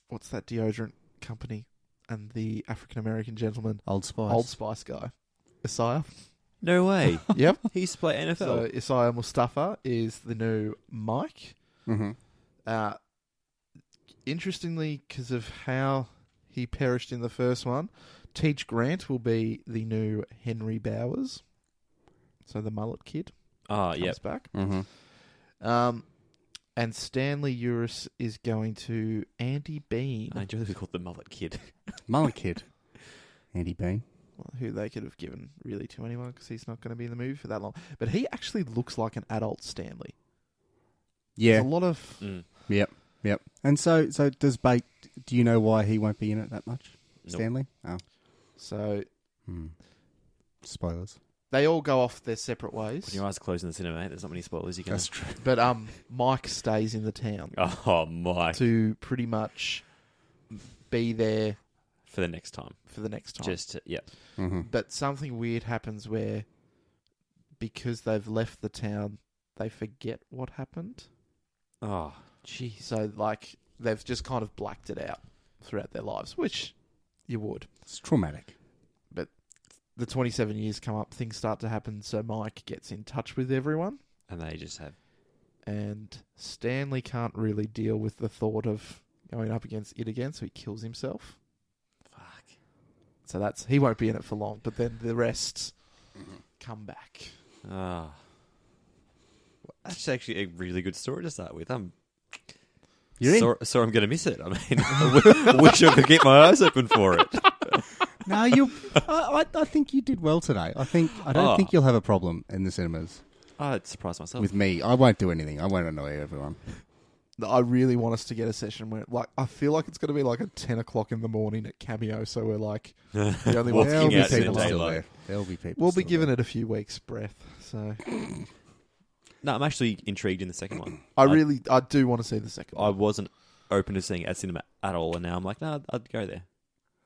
[SPEAKER 1] what's that deodorant company and the African American gentleman,
[SPEAKER 2] Old Spice.
[SPEAKER 1] Old Spice guy, Isaiah.
[SPEAKER 3] No way.
[SPEAKER 1] yep.
[SPEAKER 2] <laughs>
[SPEAKER 3] <laughs> he used to play NFL.
[SPEAKER 1] So Isaiah Mustafa is the new Mike.
[SPEAKER 2] Mm-hmm.
[SPEAKER 1] Uh, interestingly, because of how he perished in the first one, Teach Grant will be the new Henry Bowers. So the mullet kid
[SPEAKER 3] Ah,
[SPEAKER 1] comes
[SPEAKER 3] yep.
[SPEAKER 1] back.
[SPEAKER 2] Mm-hmm.
[SPEAKER 1] Um, and Stanley Uris is going to Andy Bean,
[SPEAKER 3] I really called the mullet <laughs> kid.
[SPEAKER 2] Mullet Kid. Andy Bean.
[SPEAKER 1] who they could have given really to anyone because he's not going to be in the movie for that long. But he actually looks like an adult Stanley.
[SPEAKER 2] Yeah.
[SPEAKER 1] There's a lot of
[SPEAKER 3] Mm.
[SPEAKER 2] Yep. Yep. And so, so does Bate? Do you know why he won't be in it that much,
[SPEAKER 3] Nope.
[SPEAKER 2] Stanley? Oh,
[SPEAKER 1] so
[SPEAKER 2] hmm. spoilers.
[SPEAKER 1] they all go off their separate ways.
[SPEAKER 3] When your eyes closed in the cinema, mate, there's not many spoilers you can.
[SPEAKER 2] That's true.
[SPEAKER 1] But um, Mike stays in the town
[SPEAKER 3] <laughs> Oh my!
[SPEAKER 1] to pretty much be there
[SPEAKER 3] For the next time,
[SPEAKER 1] for the next time.
[SPEAKER 3] just to, yeah.
[SPEAKER 2] Mm-hmm.
[SPEAKER 1] But something weird happens where, because they've left the town, they forget what happened.
[SPEAKER 3] Oh, jeez.
[SPEAKER 1] So like they've just kind of blacked it out throughout their lives, which you would.
[SPEAKER 2] It's traumatic.
[SPEAKER 1] The 27 years come up, things start to happen, so Mike gets in touch with everyone,
[SPEAKER 3] And they just have
[SPEAKER 1] and Stanley can't really deal with the thought of going up against it again, so he kills himself.
[SPEAKER 3] fuck.
[SPEAKER 1] So that's he won't be in it for long, but then the rest come back.
[SPEAKER 3] Ah, that's actually a really good story to start with. I'm
[SPEAKER 2] You're in.
[SPEAKER 3] sorry, sorry I'm going to miss it. I mean, <laughs> I w- wish I could keep my eyes open for <laughs> it.
[SPEAKER 2] No, you. I, I I think you did well today. I think I don't
[SPEAKER 3] Oh.
[SPEAKER 2] think you'll have a problem in the cinemas
[SPEAKER 3] I'd surprise myself.
[SPEAKER 2] with me. I won't do anything. I won't annoy everyone.
[SPEAKER 1] I really want us to get a session where, like, I feel like it's going to be like at ten o'clock in the morning at Cameo, so we're like the only ones who
[SPEAKER 2] There'll
[SPEAKER 3] Walking
[SPEAKER 1] can
[SPEAKER 3] out
[SPEAKER 1] see
[SPEAKER 2] be
[SPEAKER 3] in
[SPEAKER 1] the
[SPEAKER 2] people
[SPEAKER 1] light.
[SPEAKER 2] still
[SPEAKER 3] daylight.
[SPEAKER 2] there. There'll be people.
[SPEAKER 1] We'll be
[SPEAKER 2] still
[SPEAKER 1] given
[SPEAKER 2] there.
[SPEAKER 1] it a few weeks' breath. So
[SPEAKER 3] no, I'm actually intrigued in the second one.
[SPEAKER 1] I really, I do want to see the second.
[SPEAKER 3] I
[SPEAKER 1] one.
[SPEAKER 3] wasn't open to seeing it at cinema at all, and now I'm like, no, I'd go there.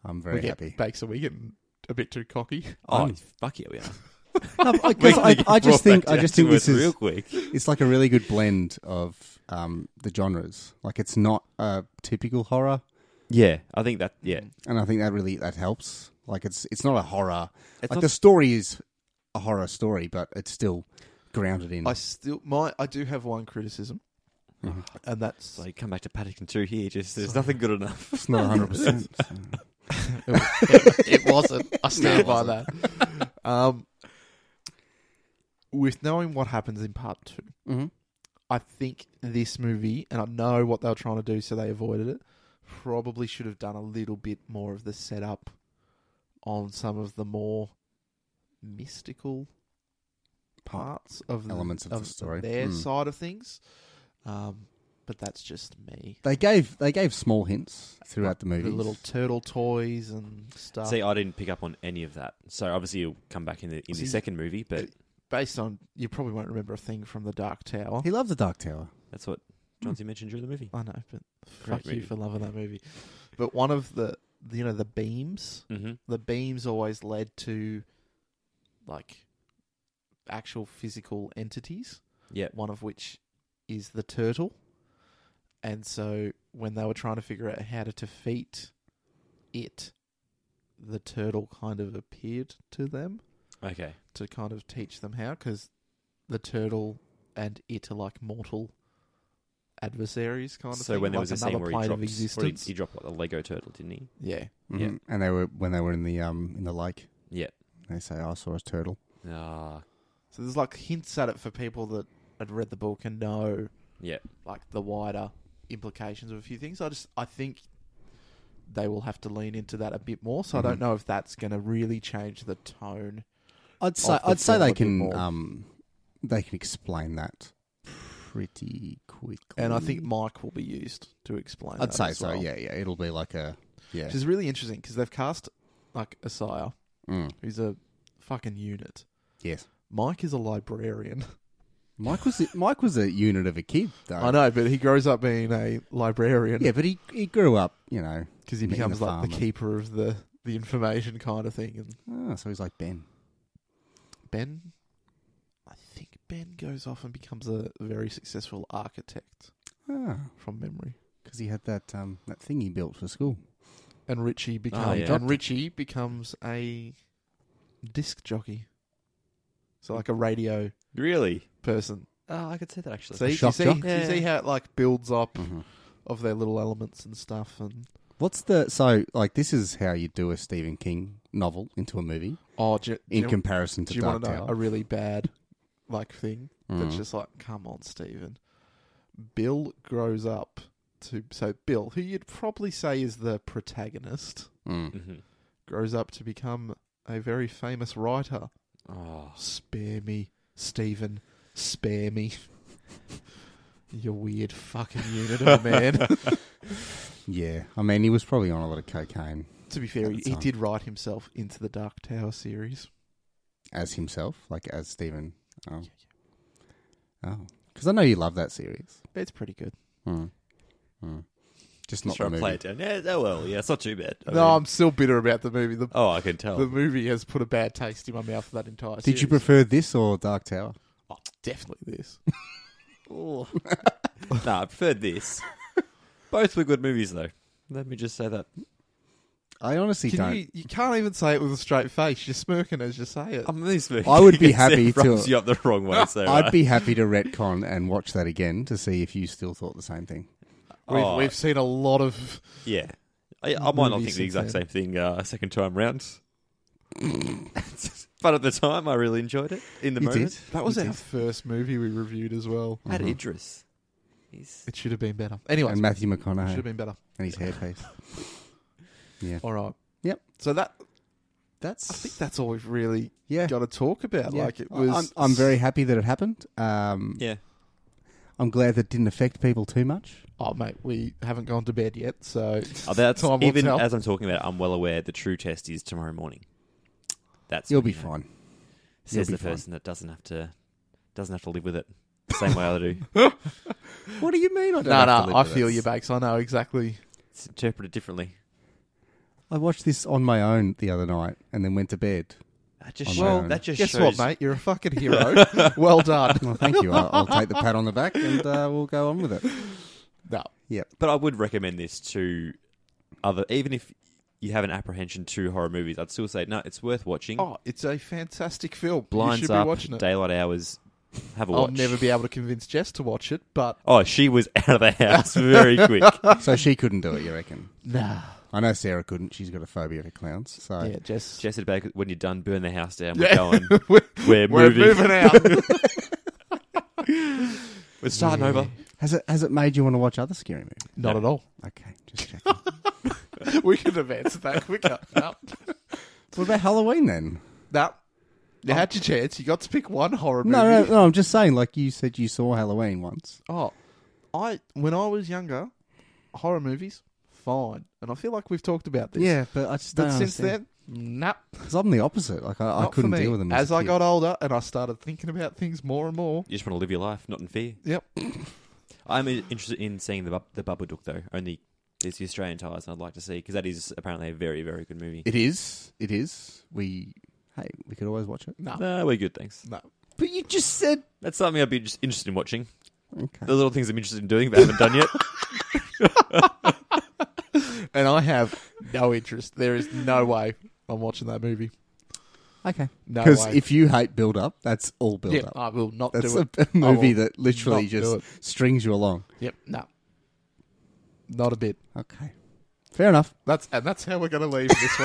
[SPEAKER 2] I'm
[SPEAKER 1] we
[SPEAKER 2] very
[SPEAKER 1] get
[SPEAKER 2] happy.
[SPEAKER 1] bakes, are we getting a bit too cocky?
[SPEAKER 3] Oh,
[SPEAKER 2] I'm-
[SPEAKER 3] fuck yeah, we are.
[SPEAKER 2] <laughs> No, I, 'cause I- I just think I just think this is
[SPEAKER 3] real quick.
[SPEAKER 2] it's like a really good blend of um, the genres. Like it's not a typical horror,
[SPEAKER 3] Yeah, I think that. Yeah,
[SPEAKER 2] and I think that really that helps. Like it's it's not a horror.
[SPEAKER 3] It's
[SPEAKER 2] like
[SPEAKER 3] not-
[SPEAKER 2] the story is a horror story, but it's still grounded in.
[SPEAKER 1] I still, my, I do have one criticism,
[SPEAKER 2] Mhm.
[SPEAKER 1] and that's
[SPEAKER 3] so you come back to Paddington Two here. Just there's nothing good enough.
[SPEAKER 2] It's not hundred percent.
[SPEAKER 1] it wasn't. <laughs> I stand
[SPEAKER 2] No,
[SPEAKER 1] by
[SPEAKER 2] it
[SPEAKER 1] that. Um, with knowing what happens in part two,
[SPEAKER 2] Mm-hmm.
[SPEAKER 1] I think this movie, and I know what they were trying to do, so they avoided it. Probably should have done a little bit more of the setup on some of the more mystical parts of the,
[SPEAKER 2] Elements of the story.
[SPEAKER 1] their
[SPEAKER 2] Mm.
[SPEAKER 1] side of things. Um, but that's just me.
[SPEAKER 2] They gave they gave small hints throughout the
[SPEAKER 1] Like
[SPEAKER 2] movie.
[SPEAKER 1] the little turtle toys and stuff.
[SPEAKER 3] See, I didn't pick up on any of that. So obviously you'll come back in the in
[SPEAKER 1] See,
[SPEAKER 3] the second movie, but
[SPEAKER 1] based on you probably won't remember a thing from the Dark Tower.
[SPEAKER 2] He loved the Dark Tower.
[SPEAKER 3] that's what Johnsy mentioned during the movie.
[SPEAKER 1] I know, but
[SPEAKER 3] Great
[SPEAKER 1] fuck you
[SPEAKER 3] movie.
[SPEAKER 1] for loving that movie. But one of the the- you know the beams,
[SPEAKER 3] Mm-hmm.
[SPEAKER 1] the beams always led to like actual physical entities.
[SPEAKER 3] Yep.
[SPEAKER 1] One of which is the turtle. And so when they were trying to figure out how to defeat it, the turtle kind of appeared to them.
[SPEAKER 3] Okay.
[SPEAKER 1] to kind of teach them how, because the turtle and it are like mortal adversaries, kind of.
[SPEAKER 3] so
[SPEAKER 1] thing,
[SPEAKER 3] when there
[SPEAKER 1] like
[SPEAKER 3] was a
[SPEAKER 1] another
[SPEAKER 3] scene where he
[SPEAKER 1] plane
[SPEAKER 3] dropped,
[SPEAKER 1] of
[SPEAKER 3] where he,
[SPEAKER 1] existence,
[SPEAKER 3] he dropped like, the Lego turtle, didn't he?
[SPEAKER 1] yeah,
[SPEAKER 3] Yeah.
[SPEAKER 2] Mhm. And they were when they were in the um in the lake.
[SPEAKER 3] Yeah.
[SPEAKER 2] They say, "Oh, "I saw a turtle."
[SPEAKER 3] Ah,
[SPEAKER 1] so there's like hints at it for people that had read the book and know,
[SPEAKER 3] Yeah.
[SPEAKER 1] like the wider implications of a few things. I just I think they will have to lean into that a bit more. So I
[SPEAKER 2] Mhm.
[SPEAKER 3] Mm-hmm.
[SPEAKER 1] don't know if that's going to really change the tone.
[SPEAKER 2] I'd say
[SPEAKER 1] off the
[SPEAKER 2] I'd say
[SPEAKER 1] film a
[SPEAKER 2] they
[SPEAKER 1] bit
[SPEAKER 2] can
[SPEAKER 1] more.
[SPEAKER 2] um they can explain that pretty quickly.
[SPEAKER 1] And I think
[SPEAKER 3] Mm.
[SPEAKER 1] Mike will be used to explain.
[SPEAKER 2] I'd
[SPEAKER 1] that
[SPEAKER 2] say
[SPEAKER 1] as
[SPEAKER 2] so.
[SPEAKER 1] well.
[SPEAKER 2] Yeah, yeah. It'll be like a yeah.
[SPEAKER 1] which is really interesting because they've cast like Asaya,
[SPEAKER 2] Mm.
[SPEAKER 1] who's a fucking unit.
[SPEAKER 2] Yes.
[SPEAKER 1] Mike is a librarian.
[SPEAKER 2] Mike was Mike was a unit of a kid though.
[SPEAKER 1] I know, but he grows up being a librarian
[SPEAKER 2] Yeah, but he he grew up, you know.
[SPEAKER 1] because he
[SPEAKER 2] Being
[SPEAKER 1] becomes
[SPEAKER 2] a
[SPEAKER 1] like the
[SPEAKER 2] farmer.
[SPEAKER 1] keeper of the, the information kind of thing. And
[SPEAKER 2] Oh, so he's like Ben.
[SPEAKER 1] Ben, I think Ben goes off and becomes a very successful architect
[SPEAKER 2] Oh,
[SPEAKER 1] from memory.
[SPEAKER 2] because he had that um that thing he built for school.
[SPEAKER 1] And
[SPEAKER 2] Oh,
[SPEAKER 1] Richie becomes
[SPEAKER 3] yeah.
[SPEAKER 1] and Richie becomes a disc jockey. So like a radio
[SPEAKER 3] Really?
[SPEAKER 1] person.
[SPEAKER 3] Oh, I could see that actually.
[SPEAKER 1] See, you
[SPEAKER 2] shock
[SPEAKER 1] see,
[SPEAKER 2] jock?
[SPEAKER 1] you see
[SPEAKER 3] Yeah.
[SPEAKER 1] how it like builds up
[SPEAKER 2] Mhm.
[SPEAKER 1] of their little elements and stuff. And
[SPEAKER 2] What's the so like? This is how you do a Stephen King novel into a movie
[SPEAKER 1] oh, do, you- do
[SPEAKER 2] in
[SPEAKER 1] you,
[SPEAKER 2] comparison to
[SPEAKER 1] do you
[SPEAKER 2] Dark
[SPEAKER 1] want to know a
[SPEAKER 2] Tower.
[SPEAKER 1] really bad like thing that's
[SPEAKER 2] Mm.
[SPEAKER 1] just like, come on, Stephen. Bill grows up to so Bill, who you'd probably say is the protagonist,
[SPEAKER 2] Mm.
[SPEAKER 3] Mhm.
[SPEAKER 1] grows up to become a very famous writer.
[SPEAKER 3] Oh,
[SPEAKER 1] Spare me, Stephen. Spare me. <laughs> you weird fucking unit of a man. <laughs>
[SPEAKER 2] Yeah, I mean, he was probably on a lot of cocaine
[SPEAKER 1] to be fair, he,
[SPEAKER 2] That's
[SPEAKER 1] he
[SPEAKER 2] fine.
[SPEAKER 1] did write himself into the Dark Tower series.
[SPEAKER 2] as himself, like as Stephen. Oh, oh, because I know you love that series.
[SPEAKER 1] It's pretty good.
[SPEAKER 2] Mm. Mm. Just not
[SPEAKER 3] just
[SPEAKER 2] the
[SPEAKER 3] trying to
[SPEAKER 2] movie.
[SPEAKER 3] play it down. Yeah, oh well, yeah, it's not too bad. I
[SPEAKER 1] no,
[SPEAKER 3] mean-
[SPEAKER 1] I'm still bitter about the movie. The,
[SPEAKER 3] oh, I can tell.
[SPEAKER 1] the movie has put a bad taste in my mouth for that entire
[SPEAKER 2] Did you
[SPEAKER 1] series.
[SPEAKER 2] prefer this or Dark Tower?
[SPEAKER 1] Oh, definitely this.
[SPEAKER 3] <laughs> no, I preferred this. Both were good movies, though. Let me just say that.
[SPEAKER 2] I honestly
[SPEAKER 1] Can
[SPEAKER 2] don't.
[SPEAKER 1] you, <laughs> you can't even say it with a straight face. You're smirking as you say it.
[SPEAKER 3] I'm really smirking
[SPEAKER 2] I
[SPEAKER 3] <laughs>
[SPEAKER 2] would be
[SPEAKER 3] because
[SPEAKER 2] happy
[SPEAKER 3] it
[SPEAKER 2] to-
[SPEAKER 3] rubs you up the wrong way. So
[SPEAKER 2] <laughs> I'd
[SPEAKER 1] <laughs>
[SPEAKER 3] uh,
[SPEAKER 2] be happy to retcon and watch that again to see if you still thought the same thing.
[SPEAKER 1] we've,
[SPEAKER 3] oh,
[SPEAKER 1] we've seen a lot of.
[SPEAKER 3] yeah. I, I might not
[SPEAKER 1] Movies
[SPEAKER 3] think the exact
[SPEAKER 1] since then.
[SPEAKER 3] same thing uh, second time round, but at the time I really enjoyed it. In the
[SPEAKER 2] You
[SPEAKER 3] moment,
[SPEAKER 2] did.
[SPEAKER 1] That was
[SPEAKER 2] You
[SPEAKER 1] our
[SPEAKER 2] did.
[SPEAKER 1] first movie we reviewed as well.
[SPEAKER 3] I had
[SPEAKER 2] Mhm.
[SPEAKER 3] Idris.
[SPEAKER 2] <laughs>
[SPEAKER 3] He's
[SPEAKER 1] It should have been better. Anyway,
[SPEAKER 2] and Matthew
[SPEAKER 1] should
[SPEAKER 2] McConaughey
[SPEAKER 1] have been better. <laughs>
[SPEAKER 2] and his hair paste. yeah,
[SPEAKER 1] All right.
[SPEAKER 2] Yep.
[SPEAKER 1] So that
[SPEAKER 2] that's.
[SPEAKER 1] I think that's all we've really
[SPEAKER 2] <laughs> yeah.
[SPEAKER 1] got to talk about.
[SPEAKER 2] Yeah.
[SPEAKER 1] Like it was.
[SPEAKER 2] I'm, I'm very happy that it happened. Um,
[SPEAKER 3] yeah.
[SPEAKER 2] I'm glad that didn't affect people too much.
[SPEAKER 1] Oh mate, we haven't gone to bed yet, so
[SPEAKER 3] Oh, that's
[SPEAKER 1] time will
[SPEAKER 3] even
[SPEAKER 1] tell.
[SPEAKER 3] as I'm talking about. it, I'm well aware the true test is tomorrow morning. That's
[SPEAKER 2] You'll
[SPEAKER 3] when
[SPEAKER 2] be
[SPEAKER 3] you know.
[SPEAKER 2] fine.
[SPEAKER 3] Says
[SPEAKER 2] You'll
[SPEAKER 3] the
[SPEAKER 2] be fine.
[SPEAKER 3] person that doesn't have to doesn't have to live with it the same way
[SPEAKER 2] <laughs>
[SPEAKER 3] I do.
[SPEAKER 2] What do you mean? <laughs> I don't
[SPEAKER 1] no,
[SPEAKER 2] have to live
[SPEAKER 1] no, I
[SPEAKER 2] with
[SPEAKER 1] feel
[SPEAKER 2] it?
[SPEAKER 1] you, Bakes. I know exactly.
[SPEAKER 3] It's interpreted differently.
[SPEAKER 2] I watched this on my own the other night and then went to bed.
[SPEAKER 3] That just
[SPEAKER 2] On
[SPEAKER 3] shows,
[SPEAKER 2] my own.
[SPEAKER 3] that just
[SPEAKER 1] Guess
[SPEAKER 3] shows
[SPEAKER 1] what, mate? You're a fucking
[SPEAKER 2] <laughs>
[SPEAKER 1] hero. <laughs> well done.
[SPEAKER 2] Well, thank you. I'll, I'll take the pat on the back and uh, we'll go on with it.
[SPEAKER 1] No,
[SPEAKER 3] But I would recommend this to other, even if you have an apprehension to horror movies. I'd still say no, it's worth watching.
[SPEAKER 1] oh, it's a fantastic film.
[SPEAKER 3] Blinds
[SPEAKER 1] you should
[SPEAKER 3] up,
[SPEAKER 1] be watching it.
[SPEAKER 3] daylight hours. Have a
[SPEAKER 1] I'll
[SPEAKER 3] watch.
[SPEAKER 1] never be able to convince Jess to watch it, but
[SPEAKER 3] Oh, she was out of the
[SPEAKER 1] <laughs>
[SPEAKER 3] house very quick.
[SPEAKER 2] So she couldn't do it, you reckon?
[SPEAKER 1] nah.
[SPEAKER 2] I know Sarah couldn't. She's got a phobia of clowns. So
[SPEAKER 1] Yeah, Jess.
[SPEAKER 3] Jess said, "Back when you're done, burn the house down. We're
[SPEAKER 1] Yeah.
[SPEAKER 3] going.
[SPEAKER 1] we're,
[SPEAKER 3] We're,
[SPEAKER 1] <laughs> we're
[SPEAKER 3] moving.
[SPEAKER 1] moving out.
[SPEAKER 3] We're starting
[SPEAKER 1] Yeah.
[SPEAKER 3] over."
[SPEAKER 2] has it has it made you want to watch other scary movies?
[SPEAKER 1] <laughs> Not
[SPEAKER 3] No.
[SPEAKER 1] at all.
[SPEAKER 2] Okay, just
[SPEAKER 1] <laughs>
[SPEAKER 2] checking.
[SPEAKER 1] We could have answered that quicker. <laughs> No.
[SPEAKER 2] what about Halloween then?
[SPEAKER 1] No. You had your chance. You got to pick one horror movie.
[SPEAKER 2] No, no, no. I'm just saying. Like you said, you saw Halloween once.
[SPEAKER 1] Oh, I when I was younger, horror movies, fine. And I feel like we've talked about this.
[SPEAKER 2] Yeah, but I just
[SPEAKER 1] But
[SPEAKER 2] don't
[SPEAKER 1] since
[SPEAKER 2] understand.
[SPEAKER 1] then, nah,
[SPEAKER 2] Because I'm the opposite. Like I, I
[SPEAKER 1] not
[SPEAKER 2] couldn't
[SPEAKER 1] for me.
[SPEAKER 2] deal with them.
[SPEAKER 1] As
[SPEAKER 2] I
[SPEAKER 1] I got older and I started thinking about things more and more.
[SPEAKER 3] You just want to live your life, not in fear.
[SPEAKER 1] Yep.
[SPEAKER 3] <coughs> I'm in- interested in seeing the Bub- the Babadook though. Only there's the Australian ties, and I'd like to see because that is apparently a very very good movie.
[SPEAKER 2] it is. It is. We hey, we could always watch it.
[SPEAKER 1] No.
[SPEAKER 3] No, we're good, thanks.
[SPEAKER 1] No.
[SPEAKER 2] But you just said
[SPEAKER 3] That's something I'd be just interested in watching.
[SPEAKER 2] okay.
[SPEAKER 3] The little things I'm interested in doing that I haven't done
[SPEAKER 1] <laughs> <laughs>
[SPEAKER 3] yet.
[SPEAKER 1] And I have no interest. There is no way I'm watching that movie.
[SPEAKER 2] Okay.
[SPEAKER 1] No
[SPEAKER 2] Because
[SPEAKER 1] way.
[SPEAKER 2] if you hate build up, that's all build
[SPEAKER 1] yeah,
[SPEAKER 2] up.
[SPEAKER 1] I will not
[SPEAKER 2] That's
[SPEAKER 1] do
[SPEAKER 2] <laughs> a,
[SPEAKER 1] it.
[SPEAKER 2] a movie
[SPEAKER 1] will
[SPEAKER 2] that literally
[SPEAKER 1] not do
[SPEAKER 2] just
[SPEAKER 1] it.
[SPEAKER 2] strings you along.
[SPEAKER 1] Yep. No. Not a bit.
[SPEAKER 2] Okay. Fair enough.
[SPEAKER 1] That's and that's how we're going to leave this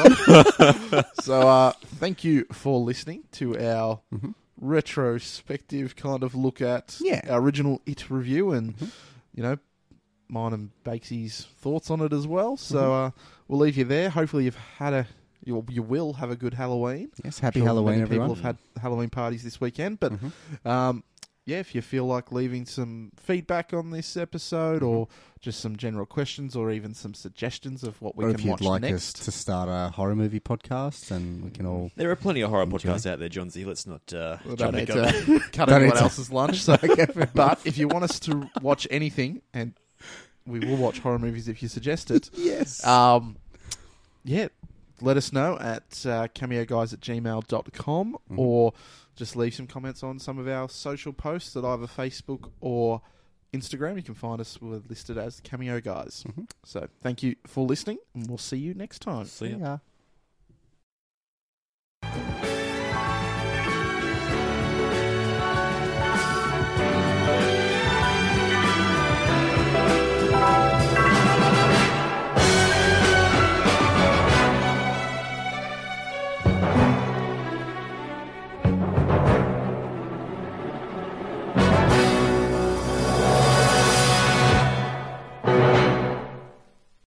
[SPEAKER 1] one. so uh, thank you for listening to our
[SPEAKER 2] Mm-hmm.
[SPEAKER 1] retrospective kind of look at
[SPEAKER 2] Yeah.
[SPEAKER 1] our original It review and you know mine and Bakesy's thoughts on it as well. So uh, we'll leave you there. Hopefully you've had a you you will have a good Halloween.
[SPEAKER 2] Yes. Happy
[SPEAKER 1] Sure
[SPEAKER 2] Halloween,
[SPEAKER 1] many
[SPEAKER 2] everyone. Mm-hmm.
[SPEAKER 1] People have had Halloween parties this weekend, but um, yeah, if you feel like leaving some feedback on this episode
[SPEAKER 2] Mm-hmm.
[SPEAKER 1] or just some general questions or even some suggestions of what we
[SPEAKER 2] or
[SPEAKER 1] can
[SPEAKER 2] if you'd
[SPEAKER 1] watch
[SPEAKER 2] like
[SPEAKER 1] next. Mm.
[SPEAKER 2] us to start a horror movie podcast, and we can all <laughs>
[SPEAKER 3] There are plenty of horror podcasts out there, John Z. Let's not uh,
[SPEAKER 1] Well,
[SPEAKER 3] jump
[SPEAKER 1] don't
[SPEAKER 3] the
[SPEAKER 1] need to
[SPEAKER 2] <laughs>
[SPEAKER 3] gun.
[SPEAKER 1] <laughs> cut
[SPEAKER 2] Don't
[SPEAKER 1] anyone
[SPEAKER 2] need to-
[SPEAKER 1] else's lunch.
[SPEAKER 2] <laughs>
[SPEAKER 1] So, <laughs> but if you want us to watch anything, and we will watch horror movies if you suggest it,
[SPEAKER 2] yes.
[SPEAKER 1] um, yeah, let us know at uh, cameoguys at gmail.com or just leave some comments on some of our social posts at either Facebook or Instagram. You can find us, we're Mm-hmm. listed as Cameo Guys. So thank you for listening, and we'll see you next time.
[SPEAKER 3] See ya.
[SPEAKER 2] yeah.